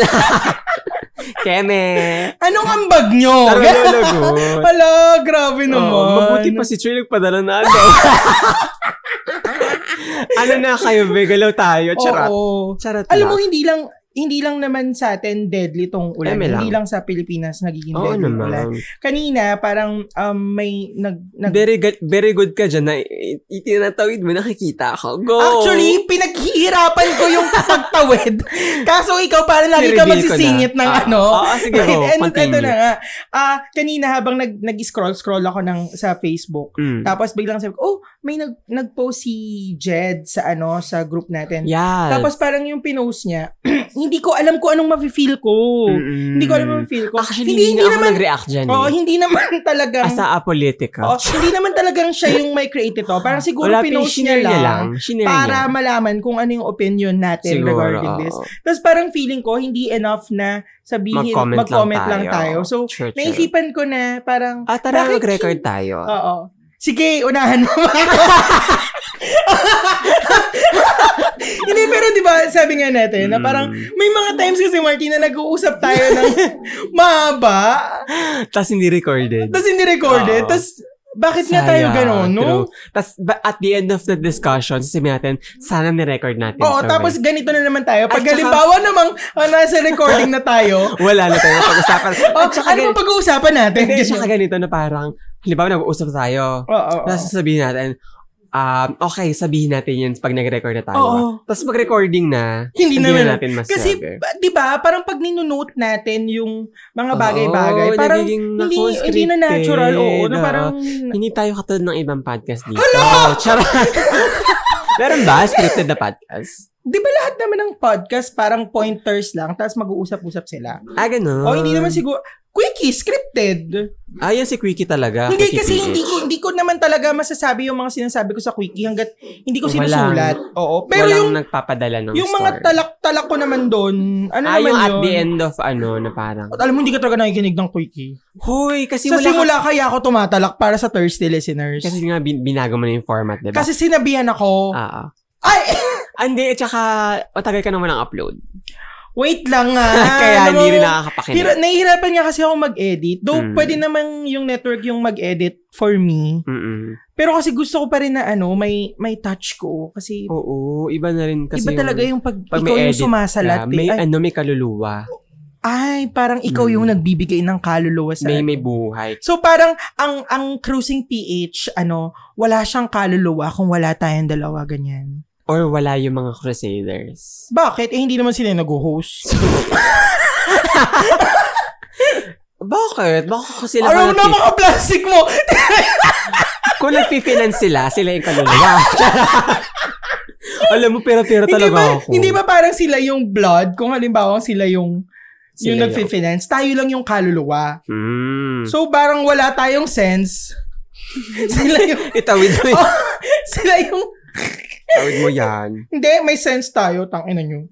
S3: Keme.
S2: Anong ambag nyo?
S3: Oh, Tarulologot.
S2: Hala, grabe naman.
S3: Oo, mabuti pa si Chuy nagpadala na ano. ano na kayo, be? Galaw tayo. Charot.
S2: Oo.
S3: Charot
S2: Alam mo,
S3: lang.
S2: hindi lang hindi lang naman sa atin deadly tong ulan.
S3: Eme lang.
S2: Hindi lang sa Pilipinas nagiging
S3: Oo ano
S2: deadly yung ulan.
S3: naman.
S2: Kanina, parang um, may nag... nag
S3: Very, good, very good ka dyan na i- i- itinatawid mo, nakikita ako. Go!
S2: Actually, pinaghihirapan ko yung pagtawid. Kaso ikaw, parang lagi ka
S3: Nireveal ko na.
S2: magsisingit ng
S3: Ah,
S2: ano.
S3: Oo, sige go.
S2: and ito
S3: Continue.
S2: na nga. Ah, kanina habang nag, nag-scroll-scroll ako ng, sa Facebook,
S3: Mm.
S2: tapos biglang sabi ko, oh, may nag, nag-post si Jed sa ano, sa group natin.
S3: Yes.
S2: Tapos parang yung pinost niya, hindi ko alam kung anong mafe-feel ko.
S3: Mm-mm.
S2: oh, Hindi ko alam ang feel ko.
S3: Actually, hindi, na ako nag-react dyan.
S2: Oo,
S3: eh.
S2: hindi naman talagang...
S3: As a apolitical.
S2: Oo, hindi naman talagang siya yung may create ito. Parang siguro
S3: Wala,
S2: pinost niya
S3: shinare
S2: lang,
S3: Shinare
S2: para
S3: niya.
S2: malaman kung ano yung opinion natin
S3: Siguro,
S2: regarding
S3: oo.
S2: this. Tapos parang feeling ko, hindi enough na sabihin,
S3: Mag-comment,
S2: mag-comment, lang, tayo. So,
S3: True, true.
S2: naisipan ko na parang...
S3: Ah, tara,
S2: bakit-
S3: mag-record tayo.
S2: Oo. Sige, unahan mo. hindi, pero di ba sabi nga natin na parang
S3: Mm.
S2: may mga times kasi, Martin, na nag-uusap tayo ng mahaba.
S3: Tapos hindi recorded.
S2: Tapos hindi recorded.
S3: Oo.
S2: Tapos, bakit nga tayo ganun, no?
S3: Tapos at the end of the discussion, sasabihin natin, sana nirecord natin.
S2: Oo,
S3: to,
S2: tapos ganito na naman tayo. Pag
S3: At saka-
S2: halimbawa namang ah, nasa recording na tayo,
S3: eh. Wala na tayo pag-usapan.
S2: oh, ano bang pag-uusapan natin?
S3: Hindi, tsaka ganito na parang, halimbawa nag-uusap tayo.
S2: Oo, oo.
S3: Tapos sasabihin natin, um, okay, sabihin natin yun pag nag-record na tayo.
S2: Oo.
S3: Tapos pag recording na,
S2: Hindi
S3: hindi
S2: naman.
S3: na natin masabi.
S2: Kasi, ba- di ba, parang pag ninunote natin yung mga
S3: Oo,
S2: bagay-bagay, parang
S3: nagiging
S2: hindi,
S3: naku,
S2: hindi na natural. Oo, na
S3: scripted,
S2: parang...
S3: Hindi tayo katulad ng ibang podcast dito. Hello! Charot! Meron ba scripted na podcast?
S2: Di ba lahat naman ng podcast parang pointers lang, tapos mag-uusap-usap sila?
S3: Ah, ganun.
S2: O Oh, hindi naman siguro... Quickie, scripted.
S3: Ah, yan si Quickie talaga.
S2: Hindi
S3: Quickie
S2: kasi
S3: PH.
S2: hindi ko hindi ko naman talaga masasabi yung mga sinasabi ko sa quickie hanggat hindi ko
S3: Walang-
S2: sinusulat. Oo. Pero
S3: Walang
S2: yung
S3: nagpapadala ng
S2: yung mga
S3: story.
S2: talak-talak ko naman doon, ano
S3: Ah,
S2: naman
S3: yung
S2: yun?
S3: at the end of ano, na parang,
S2: At Alam mo, hindi ka talaga nakikinig ng quickie.
S3: Hoy, kasi
S2: sa
S3: wala ka-
S2: simula kaya ako tumatalak para sa Thursday listeners.
S3: Kasi
S2: Kasi,
S3: nga, bin- binago mo na yung format, diba?
S2: sinabihan ako,
S3: Ah, ah.
S2: ay,
S3: Hindi, at saka, matagal ka naman ang upload.
S2: wait lang nga.
S3: Kaya
S2: Ano
S3: hindi rin
S2: mo,
S3: nakakapakinig.
S2: Hira- nahihirapan nga kasi ako mag-edit. Though,
S3: Mm.
S2: pwede naman yung network yung mag-edit for me.
S3: Mm-mm.
S2: Pero kasi gusto ko pa rin na ano, may, may touch ko. Kasi,
S3: Oo, iba na rin Oh, kasi
S2: iba talaga yung pag,
S3: pag
S2: ikaw
S3: may
S2: yung
S3: edit
S2: sumasalat. eh.
S3: may
S2: ay,
S3: ano, may kaluluwa.
S2: ay, parang ikaw yung
S3: Mm.
S2: nagbibigay ng kaluluwa sa
S3: May may buhay.
S2: So parang ang ang cruising PH ano, wala siyang kaluluwa kung wala tayong dalawa ganyan.
S3: Or wala yung mga crusaders.
S2: Bakit? Eh hindi naman sila yung nag-host.
S3: Bakit? Bakit Ah, ko sila
S2: Araw na
S3: nag-fi-
S2: mga plastic mo.
S3: Kung nag-finance sila, sila yung kaluluwa. Alam mo, pera-pera
S2: hindi
S3: talaga
S2: ba
S3: ako.
S2: hindi ba parang sila yung blood kung halimbawa sila yung
S3: Sila
S2: yung
S3: yung-
S2: nag-finance, tayo lang yung kaluluwa.
S3: Mm.
S2: So parang wala tayong sense. sila yung
S3: Itawid mo, yan.
S2: sila yung
S3: itawid mo yan.
S2: hindi may sense tayo tangina niyo.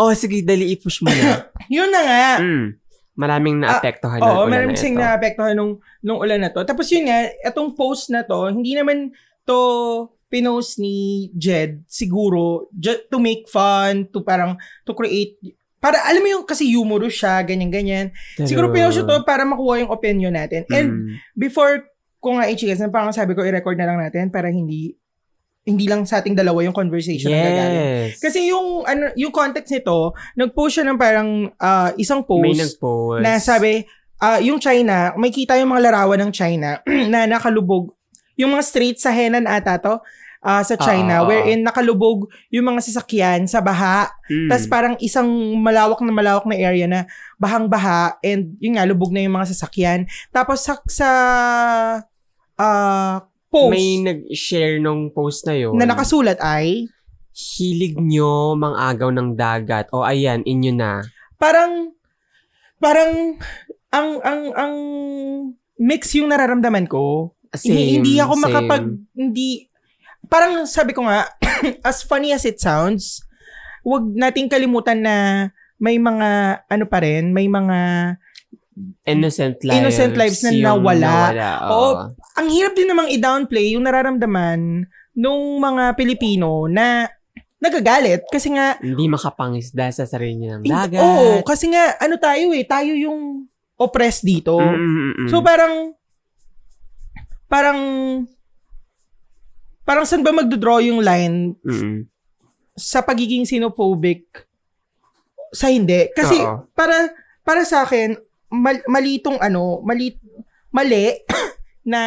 S3: oh, sige, dali i-push mo na.
S2: Yun na nga.
S3: Mm. Maraming naapektuhan ng
S2: Ah, Oo,
S3: ulan
S2: meron siyang
S3: na ito.
S2: naapektuhan nung, nung ulan na to. Tapos yun nga, itong post na to, hindi naman to pinost ni Jed siguro ju- to make fun, to parang, to create, para alam mo yung kasi humorous siya, ganyan-ganyan. Siguro pinost siya to para makuha yung opinion natin. And
S3: Mm.
S2: before ko nga i-chicas, na parang sabi ko, i-record na lang natin para hindi, hindi lang sa ating dalawa yung conversation ang gagaling.
S3: yes.
S2: Kasi yung ano yung context nito, nag-post siya ng parang ah, isang post
S3: may nag-post.
S2: na sabi, ah, yung China, may kita yung mga larawan ng China na nakalubog. Yung mga street sa Henan ata to, ah, sa China
S3: Ah, ah, ah.
S2: wherein nakalubog yung mga sasakyan sa baha.
S3: Mm.
S2: tas parang isang malawak na malawak na area na bahang-baha and yun nga, lubog na yung mga sasakyan. Tapos sa, sa ah, post
S3: May nag-share nung post na yun.
S2: na nakasulat ay
S3: Hilig nyo mang agaw ng dagat. O ayan, inyo na.
S2: parang parang ang ang ang mix yung nararamdaman ko. Hindi- hindi ako
S3: same.
S2: makapag hindi parang sabi ko nga as funny as it sounds, wag nating kalimutan na may mga ano pa rin, may mga
S3: Innocent lives.
S2: Innocent lives na
S3: yung
S2: nawala. Oh.
S3: Oo.
S2: Oo. ang hirap din namang i-downplay yung nararamdaman nung mga Pilipino na nagagalit kasi nga
S3: Hindi makapangisda sa sarili niya ng
S2: hindi-
S3: dagat.
S2: oo, kasi nga ano tayo eh, tayo yung oppressed dito.
S3: Mm, mm, mm, mm.
S2: So parang parang parang saan ba magdodraw yung line
S3: Mm, mm.
S2: sa pagiging xenophobic sa hindi? Kasi
S3: Oo.
S2: para para sa akin mal, mali itong ano, mali mali na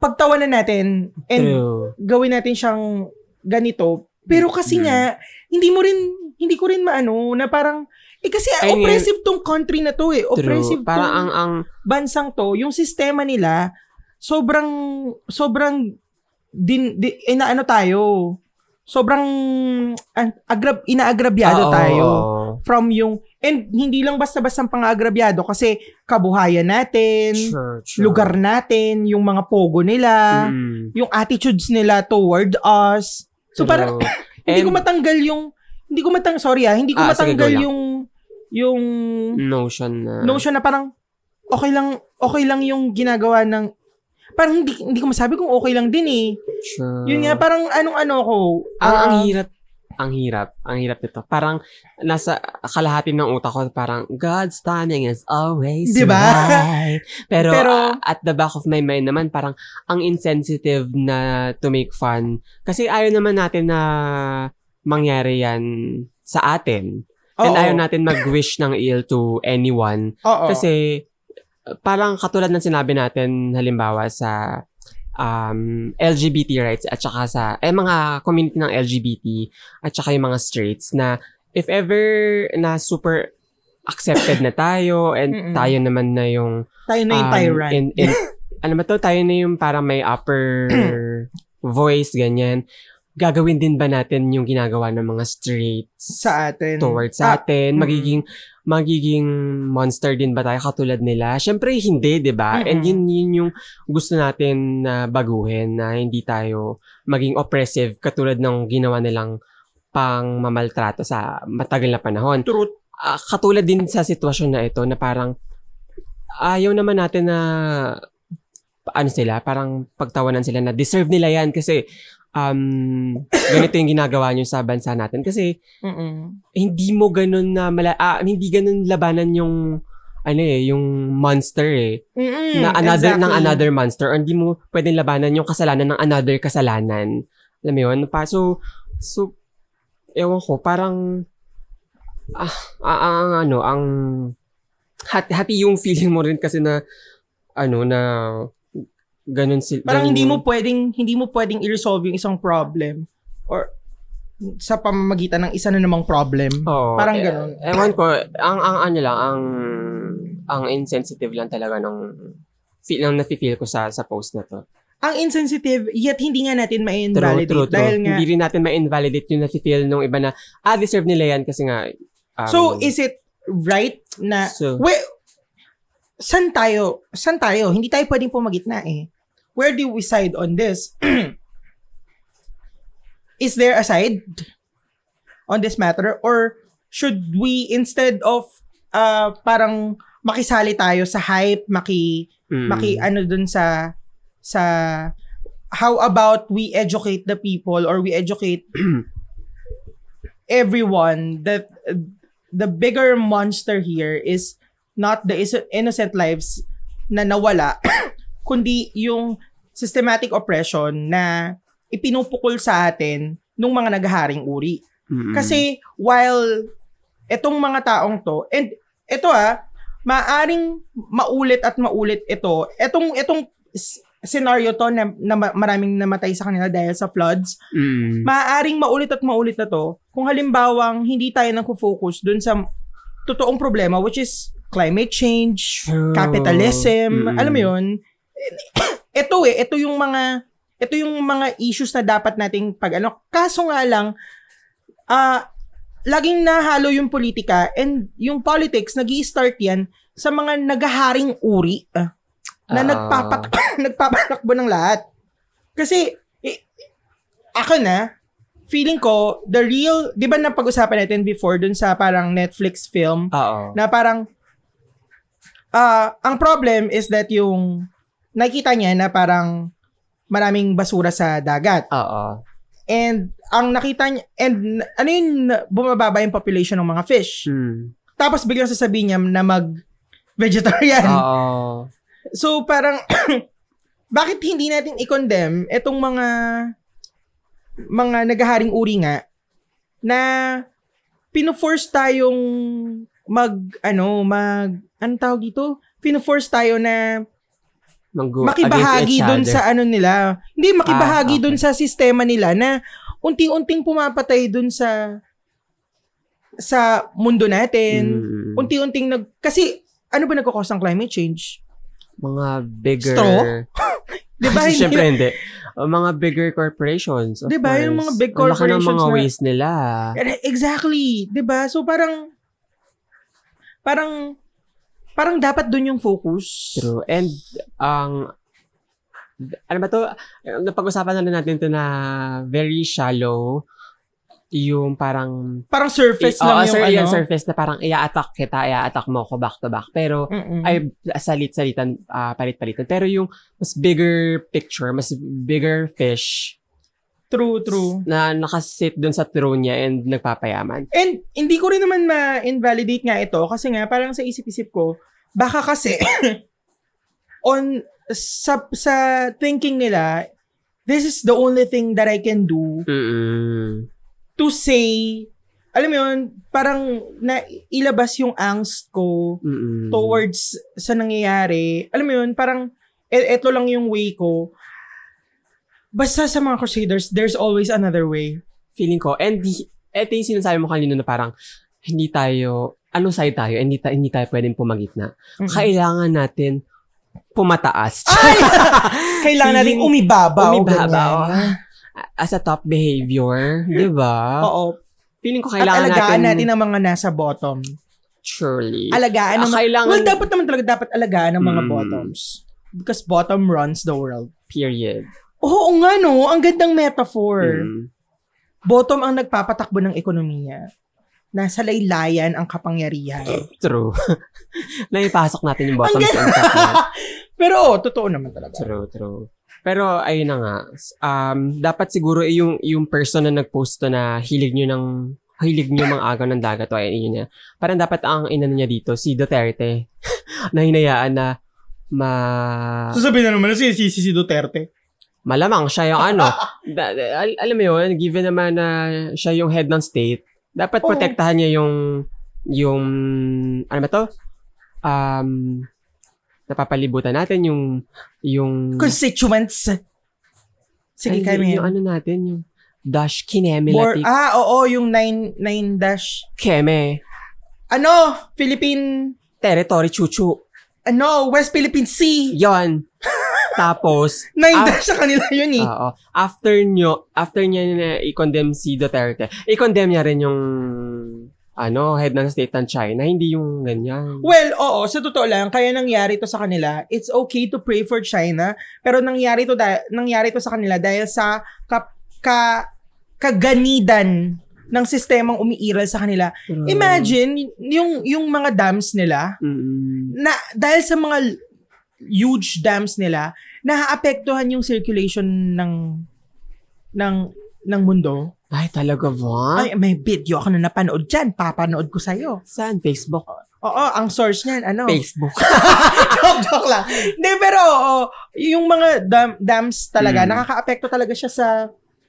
S2: pagtawanan natin and
S3: True.
S2: gawin natin siyang ganito. Pero kasi
S3: Mm.
S2: nga hindi mo rin hindi ko rin maano na parang eh kasi
S3: Ay, ngayon-
S2: oppressive tong country na to eh. Oppressive
S3: True. Parang
S2: tong-
S3: ang, ang,
S2: bansang to, yung sistema nila, sobrang, sobrang, din, di, inaano tayo, sobrang, an- agrab, inaagrabyado
S3: Ah, Oo,
S2: tayo.
S3: oo.
S2: From yung, and hindi lang basta-basta pang-agrabyado kasi kabuhayan natin,
S3: Sure, sure.
S2: lugar natin, yung mga pogo nila,
S3: Mm.
S2: yung attitudes nila toward us. So
S3: True.
S2: parang, hindi
S3: And-
S2: ko matanggal yung, hindi ko matang sorry ah, hindi ko
S3: Ah, sige, go
S2: matanggal
S3: lang.
S2: yung, yung,
S3: notion na.
S2: notion na parang okay lang okay lang yung ginagawa ng parang hindi, hindi ko masabi kung okay lang din eh.
S3: Sure.
S2: Yun nga parang anong ano ko.
S3: Ang, ang
S2: ah,
S3: hirap, ang hirap, ang hirap nito. Parang nasa kalahati ng utak ko, parang God's timing is always
S2: Di ba?
S3: right. Pero,
S2: Pero-
S3: uh, at the back of my mind naman, parang ang insensitive na to make fun. Kasi ayaw naman natin na mangyari yan sa atin. And
S2: oo,
S3: ayaw natin mag-wish ng ill to anyone.
S2: oo.
S3: Kasi uh, parang katulad ng sinabi natin halimbawa sa um, LGBT rights at saka sa eh, mga community ng LGBT at saka yung mga straights na if ever na super accepted na tayo
S2: Mm-mm.
S3: and tayo naman na yung
S2: tayo na yung
S3: um,
S2: tyrant.
S3: in- in- ano ba to? Tayo na yung parang may upper voice, ganyan. Gagawin din ba natin yung ginagawa ng mga straights?
S2: sa atin.
S3: towards sa
S2: Ah,
S3: atin,
S2: mm.
S3: magiging magiging monster din ba tayo katulad nila? Syempre hindi, 'di ba?
S2: Mm-mm.
S3: And yun yun yung gusto natin na baguhin na hindi tayo maging oppressive katulad ng ginawa nilang pang mamaltrato sa matagal na panahon.
S2: Truth.
S3: Ah, katulad din sa sitwasyon na ito na parang ayaw naman natin na ano sila, parang pagtawanan sila na deserve nila yan kasi um, ganito yung ginagawa nyo sa bansa natin. Kasi
S2: Mm-mm.
S3: hindi mo ganun na mala ah, hindi ganun labanan yung ano eh, yung monster eh.
S2: Mm-mm,
S3: na another
S2: Hmm, exactly.
S3: ng another monster or hindi mo pwedeng labanan yung kasalanan ng another kasalanan. Alam mo yun? Pa, so, so, ewan ko, parang, ah, ah, ah, ang ano, ang, hati, hati yung feeling mo rin kasi na, ano, na, ganun sila.
S2: Parang hindi mo pwedeng hindi mo pwedeng i-resolve yung isang problem or sa pamamagitan ng isa na namang problem.
S3: Oo.
S2: Parang
S3: Eh,
S2: ganun.
S3: Ewan ko, ang, ang ano lang, ang, ang insensitive lang talaga nung, feel, nung nafe-feel ko sa, sa post na to.
S2: Ang insensitive yet hindi nga natin
S3: True,
S2: ma-invalidate
S3: true, true.
S2: dahil nga
S3: Hindi rin natin ma-invalidate yung nafe-feel nung iba na, ah, deserve nila yan kasi nga, um,
S2: So, is it right na...
S3: So-
S2: we- san tayo? San tayo? Hindi tayo pwedeng pumagitna eh. Where do we side on this? is there a side on this matter? Or should we, instead of uh, parang makisali tayo sa hype, maki,
S3: mm,
S2: maki ano dun sa sa how about we educate the people or we educate everyone that uh, the bigger monster here is not the is- innocent lives na nawala kundi yung systematic oppression na ipinupukol sa atin nung mga naghaharing uri.
S3: mm,
S2: Kasi while etong mga taong to, and ito ah, maaring maulit at maulit ito, etong, etong s- scenario to na, na ma- maraming namatay sa kanila dahil sa floods.
S3: Mm.
S2: Maaaring maulit at maulit na to kung halimbawang hindi tayo nagfo-focus dun sa totoong problema which is climate change,
S3: True. Mm.
S2: capitalism,
S3: Mm-mm.
S2: alam mo yun? Ito eh, ito yung mga ito yung mga issues na dapat nating pag ano. Kaso nga lang ah laging nahalo yung politika and yung politics nagii start yan sa mga naghaharing uri ah, na
S3: Ah.
S2: nagpapat nagpapatakbo ng lahat. Kasi eh, ako na feeling ko the real, 'di ba na pag-usapan natin before dun sa parang Netflix film
S3: Oo.
S2: na parang ah ang problem is that yung nakita niya na parang maraming basura sa dagat.
S3: Oo.
S2: And ang nakita niya, and ano yun, bumababa yung population ng mga fish.
S3: Mm.
S2: Tapos biglang sasabihin niya na mag
S3: Ah,
S2: vegetarian.
S3: Oo.
S2: So parang, bakit hindi natin i-condemn itong mga mga naghaharing uri nga na pino-force tayong mag, ano, mag, anong tawag dito? Pino-force tayo na
S3: Manggo against
S2: makibahagi
S3: each
S2: dun
S3: other.
S2: sa ano nila. Hindi, makibahagi
S3: Ah, okay.
S2: dun sa sistema nila na unti-unting pumapatay dun sa sa mundo natin.
S3: Mm.
S2: Unti-unting nag... Kasi ano ba nagkakos ng climate change?
S3: mga bigger...
S2: Straw? Diba Di ba?
S3: Kasi
S2: Hindi-
S3: syempre hindi. Uh, mga bigger corporations, of
S2: Di ba? Diba Yung mga
S3: course.
S2: big
S3: Ang laki ng
S2: corporations
S3: mga
S2: na-
S3: waste nila.
S2: e, Exactly. 'Di ba So parang parang parang dapat dun yung focus.
S3: True. And, ang, ano ba to? Napag-usapan na rin natin to na very shallow yung parang
S2: Parang surface
S3: Eh, Oo,
S2: lang yung
S3: sir,
S2: ano.
S3: yun, surface na parang i-attack kita, i-attack mo ako back to back. Pero,
S2: Mm-mm.
S3: ay, salit-salitan, ah, palit-palitan. Pero yung mas bigger picture, mas bigger fish
S2: true, true.
S3: na nakasit dun sa throne niya and nagpapayaman.
S2: And hindi ko rin naman ma-invalidate nga ito kasi nga parang sa isip-isip ko, baka kasi on sa, sa thinking nila, this is the only thing that I can do
S3: Mm-mm.
S2: to say, alam mo yun, parang na ilabas yung angst ko Mm.
S3: Mm-mm.
S2: towards sa nangyayari. Alam mo yun, parang e- eto lang yung way ko. Basta sa mga crusaders, there's always another way.
S3: feeling ko. And hi- eto yung sinasabi mo kanina na parang hindi tayo, anong side tayo? Hindi, ta- hindi tayo pwedeng pumagitna. Kailangan natin pumataas.
S2: Kailangan natin
S3: feeling-
S2: umibabaw. Ah,
S3: Umibabaw.
S2: oh, ganyan.
S3: oh. As a top behavior, di ba?
S2: Oo.
S3: Feeling ko
S2: Oh. At
S3: kailangan
S2: alagaan Ah. natin,
S3: natin,
S2: ang mga nasa bottom.
S3: surely.
S2: Alagaan
S3: Ah,
S2: ang mga...
S3: kailangan,
S2: ano Well, dapat naman talaga dapat alagaan ang mga
S3: Mm.
S2: bottoms. Because bottom runs the world.
S3: period.
S2: Oo nga no, ang gandang metaphor.
S3: Mm.
S2: Bottom ang nagpapatakbo ng ekonomiya. Nasa laylayan ang kapangyarihan.
S3: True. Naipasok natin yung bottom
S2: Ang
S3: sa top na.
S2: Pero oh, totoo naman talaga.
S3: True, true. Pero ayun na nga, s- um, dapat siguro eh, yung, yung person na nagpost to na hilig nyo ng hilig nyo mga agaw ng dagat o ayun yun niya. Parang dapat ang inano niya dito, si Duterte, na hinayaan na ma, Ah.
S2: Sasabihin na naman na si, si, si si Duterte.
S3: malamang siya yung ano. Da- da- al- alam mo yun, given naman na siya yung head ng state, dapat
S2: Oo.
S3: protektahan niya yung yung ano ba to? Um, napapalibutan natin yung yung
S2: Constituents. Sige,
S3: Hmm. Ay,
S2: Carmen.
S3: Yung ano natin, yung Dash Kineme
S2: Bor-
S3: Latik
S2: ah, oo, yung 9 9 dash.
S3: Keme.
S2: Ano? Philippine
S3: Territory Chuchu.
S2: ano, West Philippine Sea.
S3: Yon. Tapos,
S2: 9
S3: Ah.
S2: dash sa kanila yun eh.
S3: oo, after nyo, after niya na i-condemn si Duterte, i-condemn niya rin yung ano, head ng state ng China, hindi yung ganyan.
S2: Well, oo, sa totoo lang, kaya nangyari to sa kanila. It's okay to pray for China, pero nangyari to da- nangyari to sa kanila dahil sa ka- ka- kaganidan ng sistemang umiiral sa kanila.
S3: Hmm.
S2: Imagine yung yung mga dams nila
S3: Mm-mm.
S2: na dahil sa mga l- huge dams nila, naaapektuhan yung circulation ng ng ng mundo.
S3: Ay, talaga ba?
S2: Ay, may video ako na napanood dyan. Papanood ko sa'yo.
S3: Saan? Facebook?
S2: Oo, ang source niyan, ano?
S3: Facebook.
S2: joke, joke lang. Hindi, pero oo, yung mga dam- dams talaga,
S3: Mm.
S2: nakaka-apekto talaga siya sa...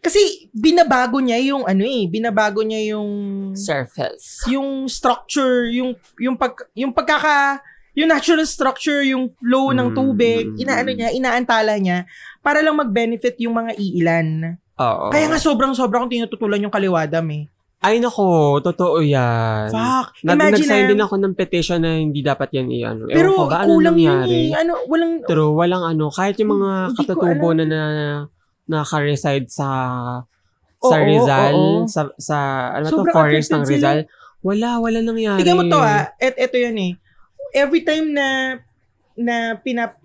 S2: Kasi binabago niya yung ano eh, binabago niya yung
S3: Surface.
S2: yung structure, yung yung pag yung pagkaka yung natural structure, yung flow ng tubig,
S3: Mm.
S2: inaano niya, inaantala niya para lang mag-benefit yung mga iilan.
S3: Oo.
S2: Kaya nga sobrang sobra kung tinututulan yung kaliwadam eh.
S3: Ay nako, totoo yan.
S2: Fuck.
S3: Nag-
S2: Imagine
S3: nag-sign
S2: na-
S3: din ako ng petition na hindi dapat yan i-ano. Ewan ko
S2: Pero
S3: ba, ano
S2: kulang yun
S3: nangyari?
S2: eh. Ano, walang,
S3: True, walang ano. Kahit yung mga
S2: Hindi ko
S3: katatubo na, na naka-reside sa sa
S2: Oo,
S3: Rizal,
S2: oo.
S3: sa, sa ano ba to,
S2: Sobrang
S3: forest ng
S2: affected sila.
S3: Rizal, wala, wala nangyari.
S2: Tignan mo to ah, et eto yun eh. Every time na na pinap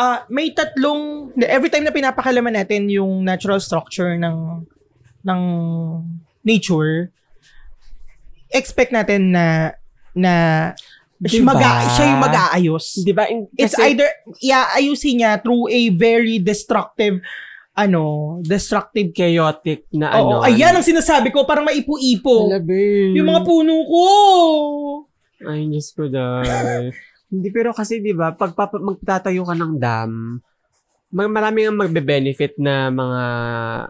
S2: ah may tatlong every time na pinapakalaman natin yung natural structure ng ng nature expect natin na na siya
S3: Diba?
S2: mag-a- siya yung mag-aayos.
S3: Di ba? In-
S2: It's
S3: kasi-
S2: either iaayusin niya through a very destructive ano, destructive
S3: chaotic na
S2: Oo,
S3: ano.
S2: ayan ang sinasabi ko, parang maipo-ipo.
S3: Labi.
S2: Yung mga puno ko.
S3: Ay, Diyos ko dahil. Hindi, pero kasi di ba, pag papa- magtatayo ka ng dam, mag marami ang magbe-benefit na mga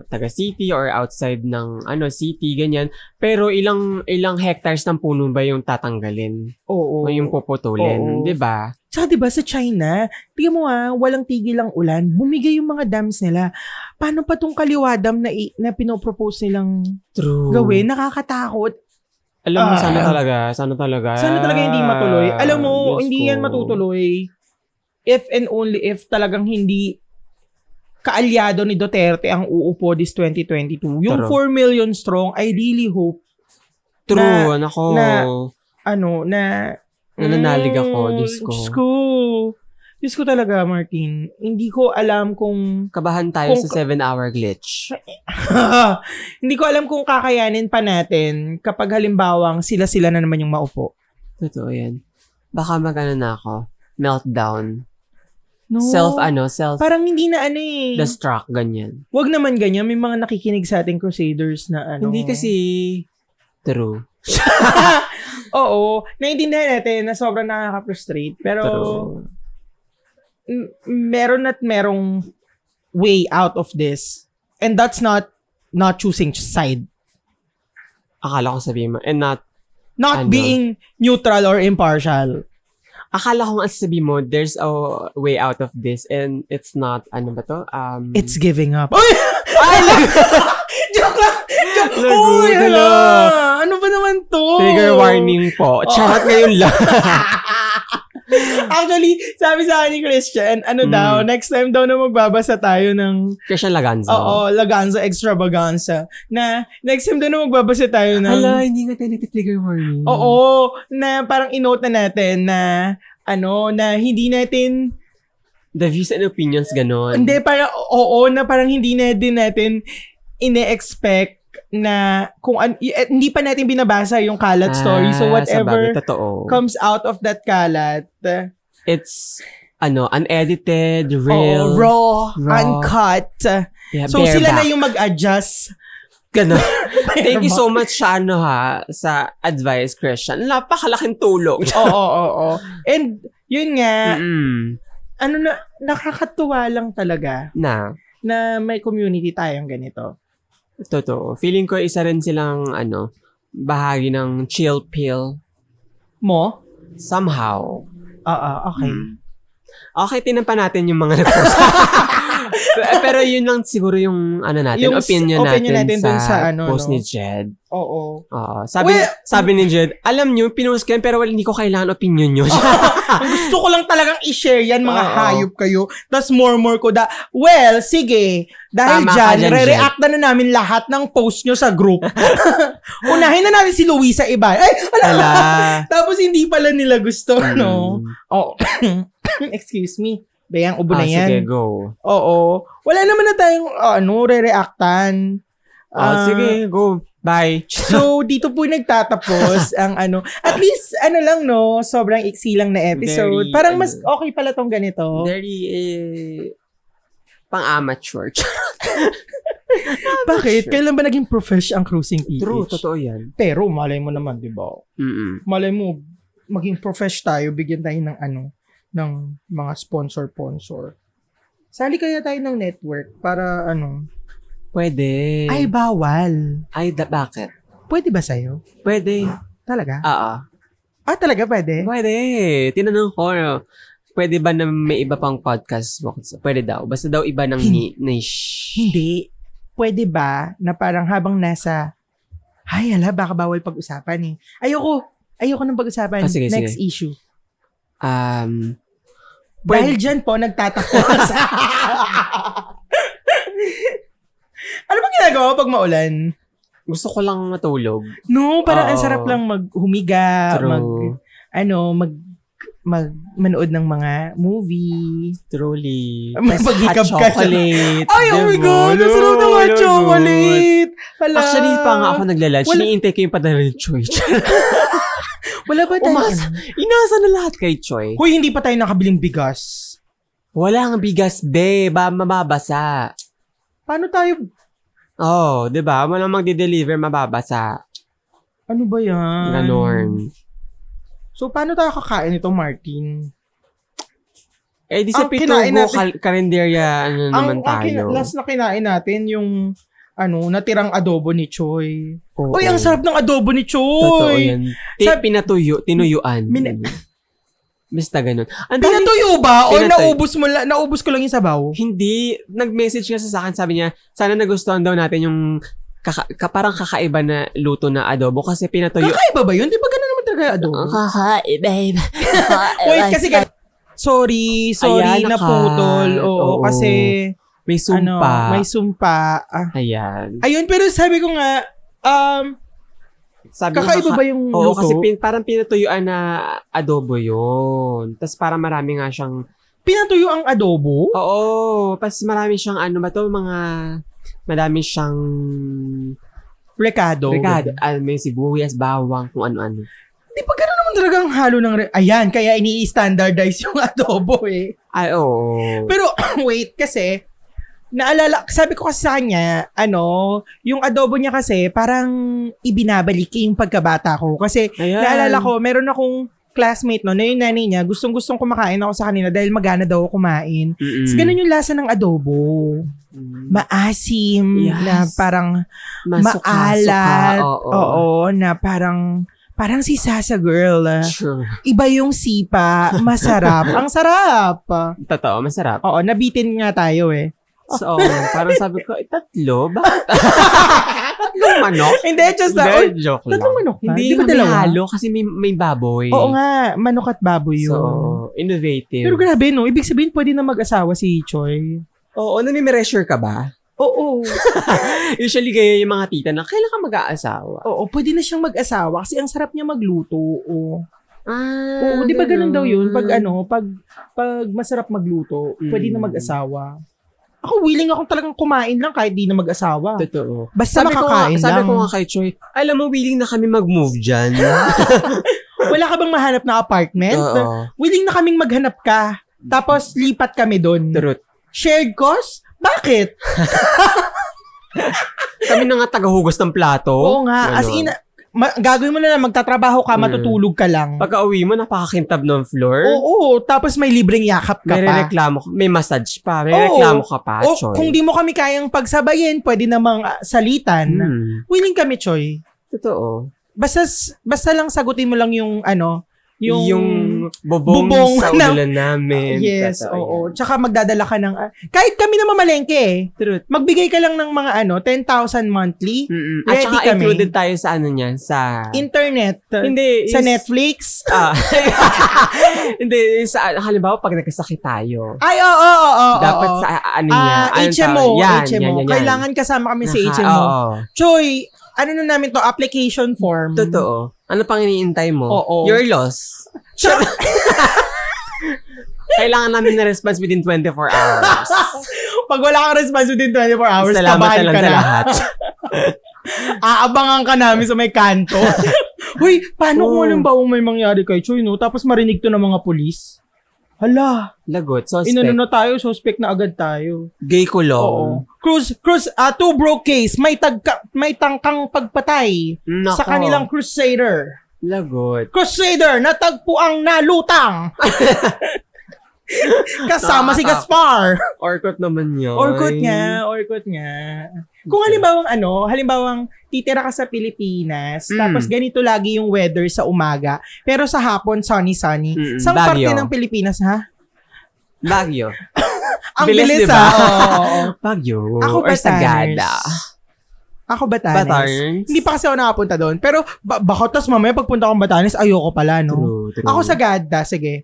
S3: taga-city or outside ng ano city, ganyan. Pero ilang ilang hectares ng puno ba yung tatanggalin?
S2: Oo.
S3: O yung puputulin,
S2: Oo.
S3: di ba?
S2: Tsaka 'di ba sa China, tingnan mo ah, walang tigil ang ulan, bumigay yung mga dams nila. Paano pa tong kaliwa dam na, i- na pinopropose nilang
S3: True.
S2: gawin? Nakakatakot.
S3: Alam mo,
S2: Ah.
S3: sana talaga, sana talaga.
S2: Sana talaga hindi matuloy. Alam mo,
S3: Ah, Diyos
S2: hindi
S3: ko.
S2: yan matutuloy if and only if talagang hindi kaalyado ni Duterte ang uupo this 2022. Yung 4
S3: True.
S2: million strong, I really hope
S3: True, nako.
S2: na- ano na Mm,
S3: Nananalig ako, Diyos ko.
S2: Diyos ko. Diyos ko talaga, Martin. Hindi ko alam kung
S3: Kabahan tayo
S2: Kung-
S3: sa 7-hour glitch.
S2: Hindi ko alam kung kakayanin pa natin kapag halimbawang sila-sila na naman yung maupo.
S3: Totoo yan. Baka magano na ako. Meltdown.
S2: No.
S3: Self, ano, self
S2: Parang hindi na ano eh.
S3: destruct, ganyan.
S2: Wag naman ganyan. May mga nakikinig sa ating crusaders na ano.
S3: Hindi kasi true.
S2: Oo. Naiintindihan natin na sobrang nakaka-frustrate. Pero
S3: True.
S2: m- meron at merong way out of this. And that's not not choosing side.
S3: Akala ko sabihin mo, and not,
S2: Not
S3: Ano?
S2: being neutral or impartial.
S3: akala ko nga sabihin mo, there's a way out of this and it's not, ano ba to? Um,
S2: It's giving up. Uy! Ay! lag- Joke lang! Joke!
S3: Lagot,
S2: Uy, hala!
S3: hala.
S2: Ano ba naman to?
S3: trigger warning po. Charot ngayon lang.
S2: Actually, sabi sa akin ni Christian, ano
S3: Mm.
S2: daw, next time daw na magbabasa tayo ng,
S3: Christian Laganza.
S2: oo, Laganza Extravaganza, na next time daw na magbabasa tayo ng,
S3: Hala, hindi nga tayo trigger warning.
S2: oo, na parang inote na natin na, ano, na hindi natin,
S3: The views and opinions, ganon.
S2: hindi, parang, oo, na parang hindi na din natin ine-expect na kung an- y- eh, hindi pa natin binabasa yung kalat story. So
S3: Ah, sabagay,
S2: whatever
S3: totoo.
S2: comes out of that kalat,
S3: It's, ano, unedited,
S2: oo,
S3: real.
S2: raw,
S3: Raw.
S2: uncut.
S3: yeah,
S2: So sila na
S3: bareback.
S2: yung mag-adjust.
S3: Ganon. Thank you so much sa ano ha, sa advice, Christian. Napakalaking tulong.
S2: Oo, oo, oo. And yun nga,
S3: Mm-mm.
S2: ano na, nakakatuwa lang talaga
S3: Na,
S2: na may community tayong ganito.
S3: totoo. Feeling ko isa rin silang, ano, bahagi ng chill pill.
S2: Mo?
S3: Somehow.
S2: Oo, okay.
S3: Mm. Okay, tinampa natin yung mga nag-post. Pero- Pero yun lang siguro yung ano natin,
S2: Yung s-
S3: opinion,
S2: opinion natin
S3: natin,
S2: dun
S3: sa,
S2: sa ano,
S3: post
S2: no?
S3: ni Jed.
S2: Oo.
S3: Oo. sabi,
S2: Well-
S3: sabi ni Jed, alam nyo, pinost ko yan pero wala, hindi ko kailangan opinion nyo.
S2: Ang gusto ko lang talagang i-share yan, mga
S3: Oo.
S2: hayop kayo. Tapos more-more ko da, well, sige, dahil
S3: Tama ka
S2: dyan,
S3: dyan,
S2: re-react na, na namin lahat ng post nyo sa group. Unahin na natin si Luisa Iba. Ay, ala.
S3: Wala.
S2: Tapos hindi pala nila gusto, no?
S3: Mm.
S2: Oo. Excuse me. Bayang ubo na
S3: Ah,
S2: yan.
S3: sige, go.
S2: Oo. Wala naman na tayong ah, ano, re-reactan. Ah,
S3: Ah, sige, go. Bye.
S2: So, dito po nagtatapos ang ano. At least, ano lang no, sobrang iksi lang na episode.
S3: Very,
S2: Parang mas
S3: ano,
S2: okay pala tong ganito.
S3: Very, eh, pang-amateur.
S2: Bakit? Kailan ba naging profesh ang cruising PH?
S3: True, totoo yan.
S2: Pero malay mo naman, di ba?
S3: Mm-mm.
S2: Malay mo, maging profesh tayo, bigyan tayo ng ano, ng mga sponsor-sponsor. Sali kaya tayo ng network para ano.
S3: Pwede.
S2: Ay, bawal.
S3: Ay, da- bakit?
S2: Pwede ba sa'yo?
S3: Pwede.
S2: Talaga?
S3: Oo.
S2: Ah, talaga pwede?
S3: Pwede. Tinanong ko, no, pwede ba na may iba pang podcast? Pwede daw. Basta daw iba ng ni- niche.
S2: Hindi. Pwede ba na parang habang nasa, ay ala, baka bawal pag-usapan eh. Ayoko. Ayoko ng pag-usapan.
S3: Ah, sige,
S2: Next issue.
S3: Um,
S2: Dahil dyan po, nagtatakos. ano bang ginagawa pag maulan?
S3: gusto ko lang matulog.
S2: No, parang
S3: Oo.
S2: ang sarap lang maghumiga,
S3: True.
S2: mag, ano, mag, mag, manood ng mga movie.
S3: Truly.
S2: May
S3: Tas
S2: paghikab
S3: hot
S2: ka siya.
S3: chocolate.
S2: Ay, oh my
S3: Diba?
S2: God! Ang sarap ng hot
S3: Lord, Lord.
S2: chocolate! Hala.
S3: Actually, pa nga ako naglalunch.
S2: Wala-
S3: Iniintay ko yung padala ni Choy.
S2: Wala ba tayo?
S3: Umasa. Inasa na lahat kay Choy.
S2: Hoy, hindi pa tayo nakabiling bigas.
S3: Walang bigas, be. Ba, mababasa.
S2: Paano tayo?
S3: Oh, di ba? Walang magde-deliver, mababasa.
S2: Ano ba yan?
S3: Ganon.
S2: So, paano tayo kakain ito, Martin?
S3: Eh, di
S2: Ang
S3: sa
S2: kinain
S3: Pitubo,
S2: natin-
S3: kal- karinderya, ano naman
S2: ang
S3: tayo.
S2: kina- last na kinain natin, yung ano, natirang adobo ni Choi.
S3: Oo.
S2: Uy, ang sarap ng adobo ni
S3: Totoo
S2: Choi!
S3: yan. Ti-
S2: Sabi-
S3: pinatuyo, tinuyuan.
S2: Min-
S3: Basta ganun. Ang dami
S2: Pinatuyo ba? O
S3: Pinatay.
S2: naubos mo la- naubos ko lang yung sabaw?
S3: Hindi. Nag-message kasi sa akin, sabi niya, sana nagustuhan daw natin yung kaka- ka- parang kakaiba na luto na adobo kasi pinatuyo.
S2: Kakaiba ba yun? Di ba ganun naman talaga yung adobo?
S1: babe.
S2: Wait, kasi gan- Sorry, sorry,
S3: Ayan,
S2: naputol.
S3: nakat.
S2: Oo,
S3: Oo.
S2: kasi
S3: may
S2: ano,
S3: sumpa.
S2: may sumpa. Ah.
S3: Ayan.
S2: Ayun, pero sabi ko nga, um,
S3: Sabi niya,
S2: kakaiba
S3: kaka-
S2: ba yung
S3: Oo,
S2: luto?
S3: kasi pin, parang pinatuyuan na adobo yun. Tapos parang marami nga siyang,
S2: Pinatuyo ang adobo?
S3: oo, tapos marami siyang ano ba to, mga, marami siyang,
S2: Rekado.
S3: regado, ano, may sibuyas, bawang, kung ano-ano.
S2: Di ba ganun naman talaga ang halo ng... Re- Ayan, kaya ini-standardize yung adobo eh.
S3: Ay, oo.
S2: Pero wait, kasi naalala, sabi ko kasi sa kanya, ano, yung adobo niya kasi parang ibinabalik yung pagkabata ko. Kasi
S3: Ayan.
S2: naalala ko, meron akong classmate no, na yung nanay niya, gustong-gustong kumakain ako sa kanila dahil magana daw ako kumain.
S3: Mm-mm.
S2: Tapos ganun yung lasa ng adobo.
S3: Mm.
S2: Maasim,
S3: Yes.
S2: na parang
S3: Masuka-suka,
S2: maalat.
S3: oo.
S2: Oo, na parang parang si Sasa Girl.
S3: Sure.
S2: Iba yung sipa, masarap. Ang sarap.
S3: Totoo, masarap.
S2: Oo, nabitin nga tayo eh.
S3: So, parang sabi ko, eh, tatlo? Bakit? Tatlong manok?
S2: Hindi, just na,
S3: Hindi,
S2: oy,
S3: joke lang.
S2: tatlong manok ka? Ah,
S3: Hindi,
S2: Di ba
S3: may
S2: dalawa?
S3: halo kasi may, may baboy.
S2: Oo nga, manok at baboy yun.
S3: So, innovative.
S2: Pero grabe no, ibig sabihin pwede na mag-asawa si Choi.
S3: oo, nami-measure ka ba?
S2: Oo,
S3: Usually kayo yung mga tita na, kailan ka mag-aasawa?
S2: oo, pwede na siyang mag-asawa kasi ang sarap niya magluto. Oo,
S3: Ah,
S2: oo di ba ganun daw yun? Pag ano, pag, pag masarap magluto, pwede
S3: Mm.
S2: na mag-asawa. Ako willing akong talagang kumain lang kahit di na mag-asawa.
S3: Totoo.
S2: Basta
S3: ko nga,
S2: makakain
S3: sabi
S2: lang.
S3: ko nga kay Choi, alam mo, willing na kami mag-move dyan.
S2: Wala ka bang mahanap na apartment?
S3: Oo.
S2: willing na kaming maghanap ka. Tapos lipat kami doon.
S3: Truth.
S2: Shared cost? Bakit?
S3: Kami na nga tagahugas ng plato.
S2: Oo nga. As in,
S3: Ganon.
S2: ma- gagawin mo na lang, magtatrabaho ka,
S3: Mm.
S2: matutulog ka lang.
S3: Pagka-uwi mo, napakakintab ng floor.
S2: Oo, tapos may libreng yakap ka
S3: may
S2: pa.
S3: reklamo, may massage pa, may
S2: Oo.
S3: reklamo ka pa,
S2: O
S3: Choy.
S2: kung di mo kami kayang pagsabayin, pwede namang ah, salitan.
S3: Hmm,
S2: Willing kami, Choy.
S3: totoo.
S2: Basta, s- basta lang sagutin mo lang yung ano,
S3: Yung,
S2: yung...
S3: bubong,
S2: bubong
S3: sa
S2: ng-
S3: ulan namin.
S2: Yes,
S3: Totoo
S2: oo.
S3: yan.
S2: Tsaka magdadala ka ng... ah, kahit kami na mamalengke eh.
S3: Truth.
S2: Magbigay ka lang ng mga ano, 10,000 monthly.
S3: Mm-mm. At
S2: Ready
S3: saka
S2: kami.
S3: included tayo sa ano niyan, sa...
S2: Internet.
S3: hindi,
S2: sa
S3: yung-
S2: Netflix.
S3: Ah, hindi, yung sa, halimbawa, pag nagkasakit tayo,
S2: Ay, oo, oo, oo.
S3: dapat
S2: oo.
S3: sa ano niya,
S2: Ah,
S3: anong
S2: HMO,
S3: tawag? yan,
S2: HMO.
S3: Yan, yan, yan.
S2: Kailangan kasama kami sa
S3: Naka-
S2: HMO.
S3: Oo,
S2: Choy, ano na namin to? Application form.
S3: totoo. Ano pang iniintay mo?
S2: Oo.
S3: Your loss.
S2: Tsaka,
S3: Kailangan namin na response within 24 hours.
S2: pag wala kang response within 24 hours,
S3: Salamat
S2: tabahan
S3: na lang
S2: ka
S3: sa
S2: na.
S3: lahat.
S2: Aabangan ka namin sa may kanto. Uy, paano kung
S3: Oo.
S2: alam ba may mangyari kay Choy, no? Tapos marinig to ng mga polis? Hala,
S3: Lagot, suspect.
S2: inano na tayo, suspect na agad tayo.
S3: Gay ko lang.
S2: Oo. Cruz, Cruz, ah, two broke case, may, tagka, may tangkang pagpatay
S3: Nako.
S2: sa kanilang crusader.
S3: Lagot.
S2: Crusader, natagpo ang nalutang. Kasama si Gaspar.
S3: Orkot naman yun.
S2: Orkut nga, orkut nga. Kung halimbawang ano, halimbawang titira ka sa Pilipinas,
S3: Mm.
S2: tapos ganito lagi yung weather sa umaga, pero sa hapon sunny-sunny.
S3: Mm-mm.
S2: Sa
S3: Baguio.
S2: parte ng Pilipinas, ha?
S3: Baguio.
S2: Ang
S3: Bilis,
S2: bilis,
S3: diba?
S2: ha? Oo, oo.
S3: Baguio.
S2: Ako
S3: Or
S2: Batanes.
S3: Sagada.
S2: Ako Batanes.
S3: Batanes.
S2: Hindi pa kasi ako nakapunta doon. Pero ba- baka tas mamaya pagpunta akong Batanes, ayoko pala, no?
S3: True, true.
S2: Ako sa Gada, sige.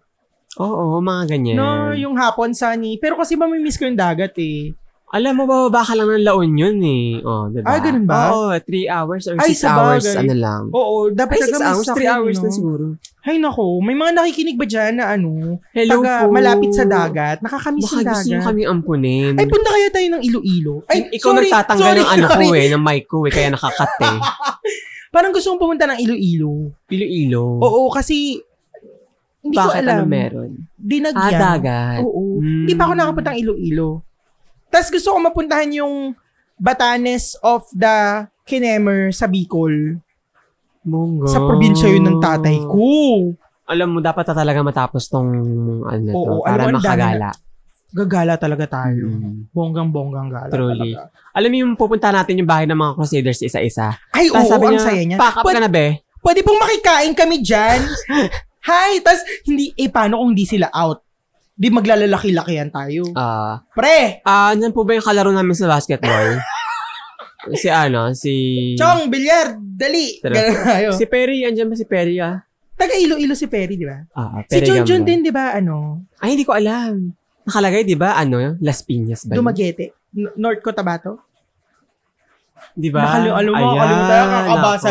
S3: Oo, mga ganyan.
S2: No, yung hapon sunny. Pero kasi mamimiss ko yung dagat eh.
S3: Alam mo, bababa ka lang ng laon yun eh. Oh, diba?
S2: Ah, ganun ba?
S3: Oo, 3 hours or
S2: Ay,
S3: 6 hours,
S2: sabagay.
S3: ano lang.
S2: Oo, dapat
S3: Ay, 6
S2: talaga
S3: hours,
S2: masakit,
S3: 3 hours na
S2: no?
S3: siguro.
S2: Ay nako, may mga nakikinig ba dyan na ano,
S3: Hello
S2: taga
S3: po.
S2: malapit sa dagat, nakakamiss
S3: Baka
S2: yung
S3: gusto nyo
S2: dagat.
S3: kami ampunin.
S2: Ay punta kaya tayo ng Iloilo. Ay,
S3: Ikaw
S2: sorry,
S3: nagtatanggal
S2: sorry,
S3: ng ano
S2: sorry.
S3: ko eh, ng mic ko eh, kaya nakakat eh.
S2: Parang gusto kong pumunta ng Iloilo.
S3: Iloilo.
S2: Oo, kasi hindi ko
S3: Bakit
S2: alam.
S3: ano meron?
S2: Dinagyan.
S3: Ah, dagat.
S2: Oo.
S3: Mm.
S2: Hindi pa ako nakapunta ng Iloilo. Tapos gusto ko mapuntahan yung Batanes of the Kinemer sa Bicol.
S3: Monggo.
S2: Sa probinsya yun ng tatay ko.
S3: Alam mo, dapat na talaga matapos tong ano na to,
S2: Oo, alam
S3: para
S2: mo, ang dami
S3: makagala.
S2: Gagala talaga tayo.
S3: Mm.
S2: Bonggang-bonggang gala
S3: Truly.
S2: talaga.
S3: Alam mo yung pupunta natin yung bahay ng mga crusaders isa-isa.
S2: Ay, oo,
S3: Tapos sabi
S2: ang
S3: niya,
S2: saya niya.
S3: pack up
S2: Pwede-
S3: ka na be.
S2: pwede pong makikain kami dyan. Hi! Tapos, hindi, eh, paano kung di sila out? Di maglalalaki-lakihan tayo.
S3: Ah,
S2: Pre!
S3: Ah, nandyan po ba yung kalaro namin sa basketball? si ano, si...
S2: Chong, bilyar, dali!
S3: Tara.
S2: Ganun tayo.
S3: Si Perry, andyan ba si Perry ah?
S2: Taga Iloilo si Perry, di ba?
S3: Ah,
S2: Si
S3: Perry
S2: Junjun
S3: Gambon.
S2: din, di ba, ano,
S3: Ay, hindi ko alam. Nakalagay, di ba, ano, Las Piñas ba? yun?
S2: Dumaguete. N- North Cotabato.
S3: Di ba?
S2: Nakalo, alam mo,
S3: Diba? Ayan,
S2: nakalimutan. Kakabasa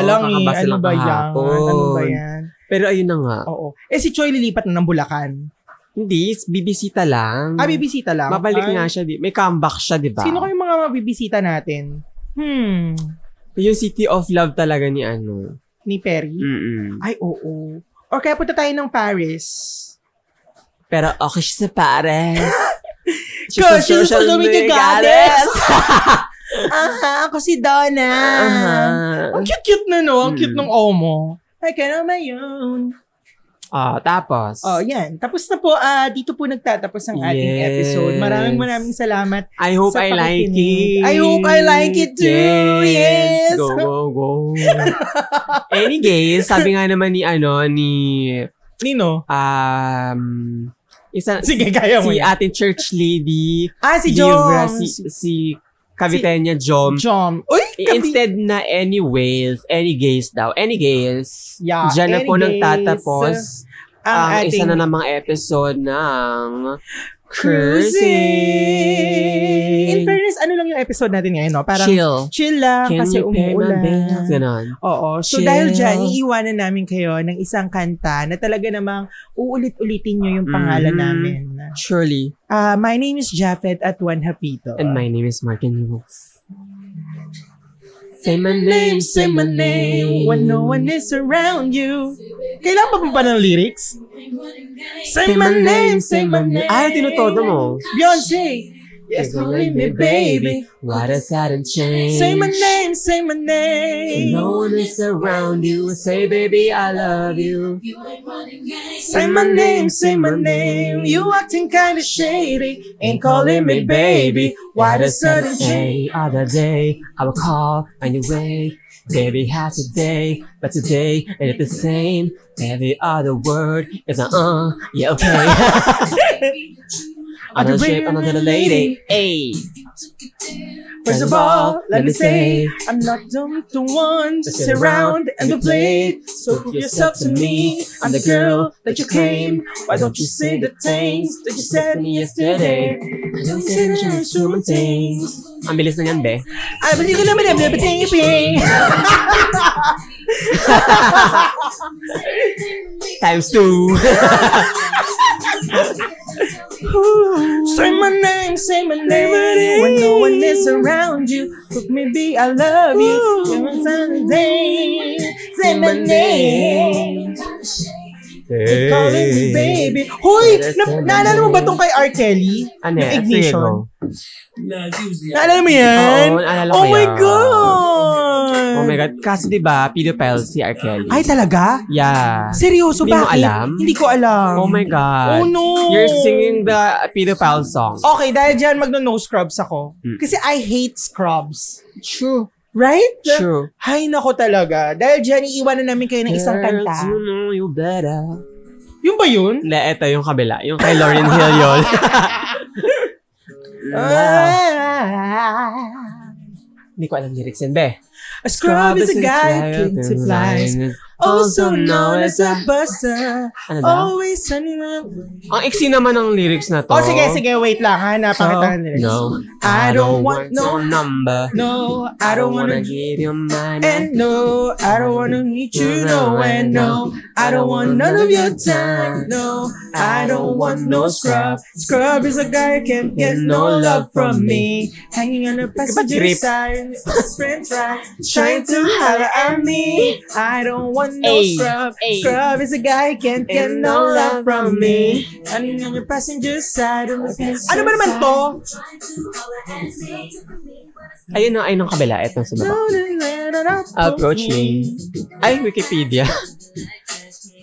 S3: nako,
S2: lang eh.
S3: kakabasa
S2: Ano
S3: lang
S2: ba yan?
S3: kahapon.
S2: Ano ba yan?
S3: Pero ayun na nga.
S2: Oo. Eh, si Choi lilipat na ng Bulacan.
S3: Hindi, bibisita lang.
S2: Ah, bibisita lang.
S3: Mabalik
S2: Ay,
S3: Hmm. nga siya. Di, may comeback siya, di ba?
S2: Sino kayong mga mabibisita natin? Hmm.
S3: Yung City of Love talaga ni ano.
S2: Ni Perry?
S3: Mm-mm.
S2: Ay, oo. Or kaya punta tayo ng Paris.
S3: Pero okay siya sa Paris.
S2: Girl, she's a social media goddess. Aha, ako si Donna.
S3: Aha.
S2: Ang cute-cute na, no? Ang cute
S3: Mm.
S2: ng Omo. I can on my own.
S3: Ah, tapos.
S2: Oh, yan. Tapos na po, ah, dito po nagtatapos ang ating
S3: Yes.
S2: episode. Maraming maraming salamat.
S3: I hope
S2: Sa
S3: I like
S2: pakikinig.
S3: it.
S2: I hope I like it too. Yes.
S3: Go, go, go. Any gays, sabi nga naman ni ano, ni
S2: Nino?
S3: um, isa,
S2: Sige, kaya mo
S3: si
S2: yan.
S3: ating church lady,
S2: Ah, si
S3: Libra,
S2: Jom.
S3: si, si Cavitenia Jom.
S2: Jom. Uy, kabi.
S3: I- Um, Instead na anyways, any gays daw, any gays,
S2: Yeah,
S3: dyan na
S2: any
S3: po
S2: gays.
S3: nagtatapos
S2: Ang
S3: ang
S2: ating...
S3: isa na namang episode ng
S2: Cruising. In fairness, ano lang yung episode natin ngayon, no? Parang
S3: Chill.
S2: chill lang
S3: Can
S2: Ah, kasi
S3: you pay my bills?
S2: umuulan.
S3: Ganon.
S2: Oo. So
S3: Chill.
S2: dahil dyan, iiwanan namin kayo ng isang kanta na talaga namang uulit-ulitin nyo yung pangalan
S3: Mhm.
S2: namin.
S3: Surely.
S2: Ah, my name is Jafet at Juan Hapito.
S3: And my name is Martin Rules. Say my name, say my name.
S2: When no one is around you. Kailangan pa ba ng lyrics? Say my name, say my name.
S3: Ay, tinutodo mo.
S2: Beyonce. Yes,
S3: You're
S2: only me, baby.
S3: What a sudden change.
S2: Say my name, say my name.
S3: No one is around you. Say, baby, I love you.
S2: Say my name, say my name. You acting kinda shady. Ain't calling me baby. Why the sudden change?
S3: Any other day, I will call anyway. Baby, how's today? But today ain't the same. Every other word is a uh, yeah, okay. another shape, another lady. Hey.
S2: First of all, let me say, I'm not the the one to sit around and be played. So prove yourself to me. I'm the girl that you claim. Why don't you say the things that you said me yesterday?
S3: Don't say that you're human things. Ang bilis na yan, be.
S2: I believe in everything, everything, everything.
S3: Times two.
S2: Say my name, say my name. When no one is around you, look me be, I love you. Every Sunday, say my name. You're calling me baby. Hoy! Na- naalala mo ba tong kay R. Kelly?
S3: Ano
S2: Yung
S3: yan?
S2: ignition.
S3: Sige, go.
S2: Naalala mo yan?
S3: Oo, naalala ko
S2: oh my
S3: yan.
S2: God! yun.
S3: Oh my God. Kaso diba, pedophile si R. Kelly.
S2: Ay, talaga?
S3: Yeah.
S2: Seryoso,
S3: Hindi mo
S2: bakit?
S3: alam?
S2: Hindi ko alam.
S3: Oh my God.
S2: Oh no. Oh,
S3: You're singing the pedophile song.
S2: Okay, dahil dyan magno-no scrubs ako.
S3: Mm.
S2: Kasi I hate scrubs.
S3: true.
S2: Right?
S3: True.
S2: Ay, nako talaga. Dahil dyan, iiwanan namin kayo ng isang
S3: Girls, you
S2: kanta.
S3: know you better.
S2: Yun ba yun?
S3: Hindi, eto yung kabila. Yung kay Lauren Hill yun. Ah,
S2: Ah.
S3: Hindi ko alam lyrics yun, be.
S2: A scrub is a guy king to flies. Also known as a buster.
S3: Ano daw?
S2: Always sunny up.
S3: Ang iksi naman ng lyrics na to.
S2: Oh, sige, sige. Wait lang. Hanap
S3: So,
S2: ang kita nila.
S3: no,
S2: I don't want no-
S3: number.
S2: No, I don't wanna
S3: give you my
S2: And no, I don't wanna meet you, no, and no, I don't want none of your time, no, I don't want no scrub. Scrub is a guy who can get no love from me. Hanging on the passenger
S3: drip?
S2: side, friend try, trying to holler at me. I don't want no
S3: Ay,
S2: scrub.
S3: ay.
S2: Scrub is a guy who can get no love from me. Hanging on the passenger side, on the passenger
S1: Ano ba naman
S2: to?
S3: Ayun na, ayun ang kabila. Eto sa baba. Approach me. Ay, Wikipedia.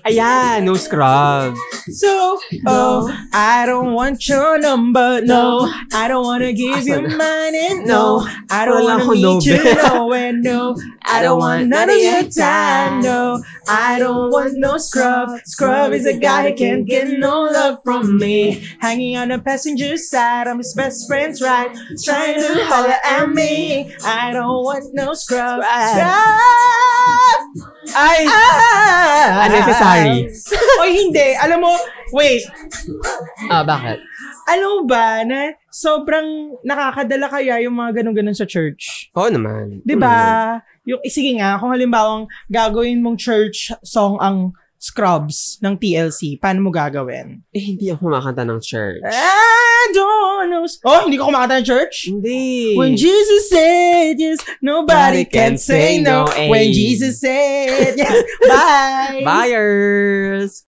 S3: Ayan, no scrub.
S2: So, oh, I don't want your number, no. I don't wanna give you
S3: Asan?
S2: mine, and no. I don't wanna
S3: Wala akong
S2: meet you,
S3: number.
S2: no, and no. I don't want none of your time, no. I don't want no scrub. Scrub is a guy who can't get no love from me. Hanging on the passenger side, I'm his best friend's right. Trying to holler at me. I don't want no scrub. Scrub!
S3: Ay! Unnecessary.
S2: o Ah! hindi. Alam mo, wait.
S3: Ah, bakit?
S2: Alam mo ba na sobrang nakakadala kaya yung mga ganun-ganun sa church?
S3: Oo naman.
S2: 'Di
S3: Hmm.
S2: ba? Yung eh, sige nga, kung halimbawang gagawin mong church song ang Scrubs ng TLC, paano mo gagawin?
S3: Eh, hindi ako kumakanta ng church.
S2: Eh, I don't know. Oh, hindi ko kumakanta ng church?
S3: Hindi.
S2: When Jesus said yes, nobody can say no.
S3: eh.
S2: When Jesus said yes, bye.
S3: Buyers!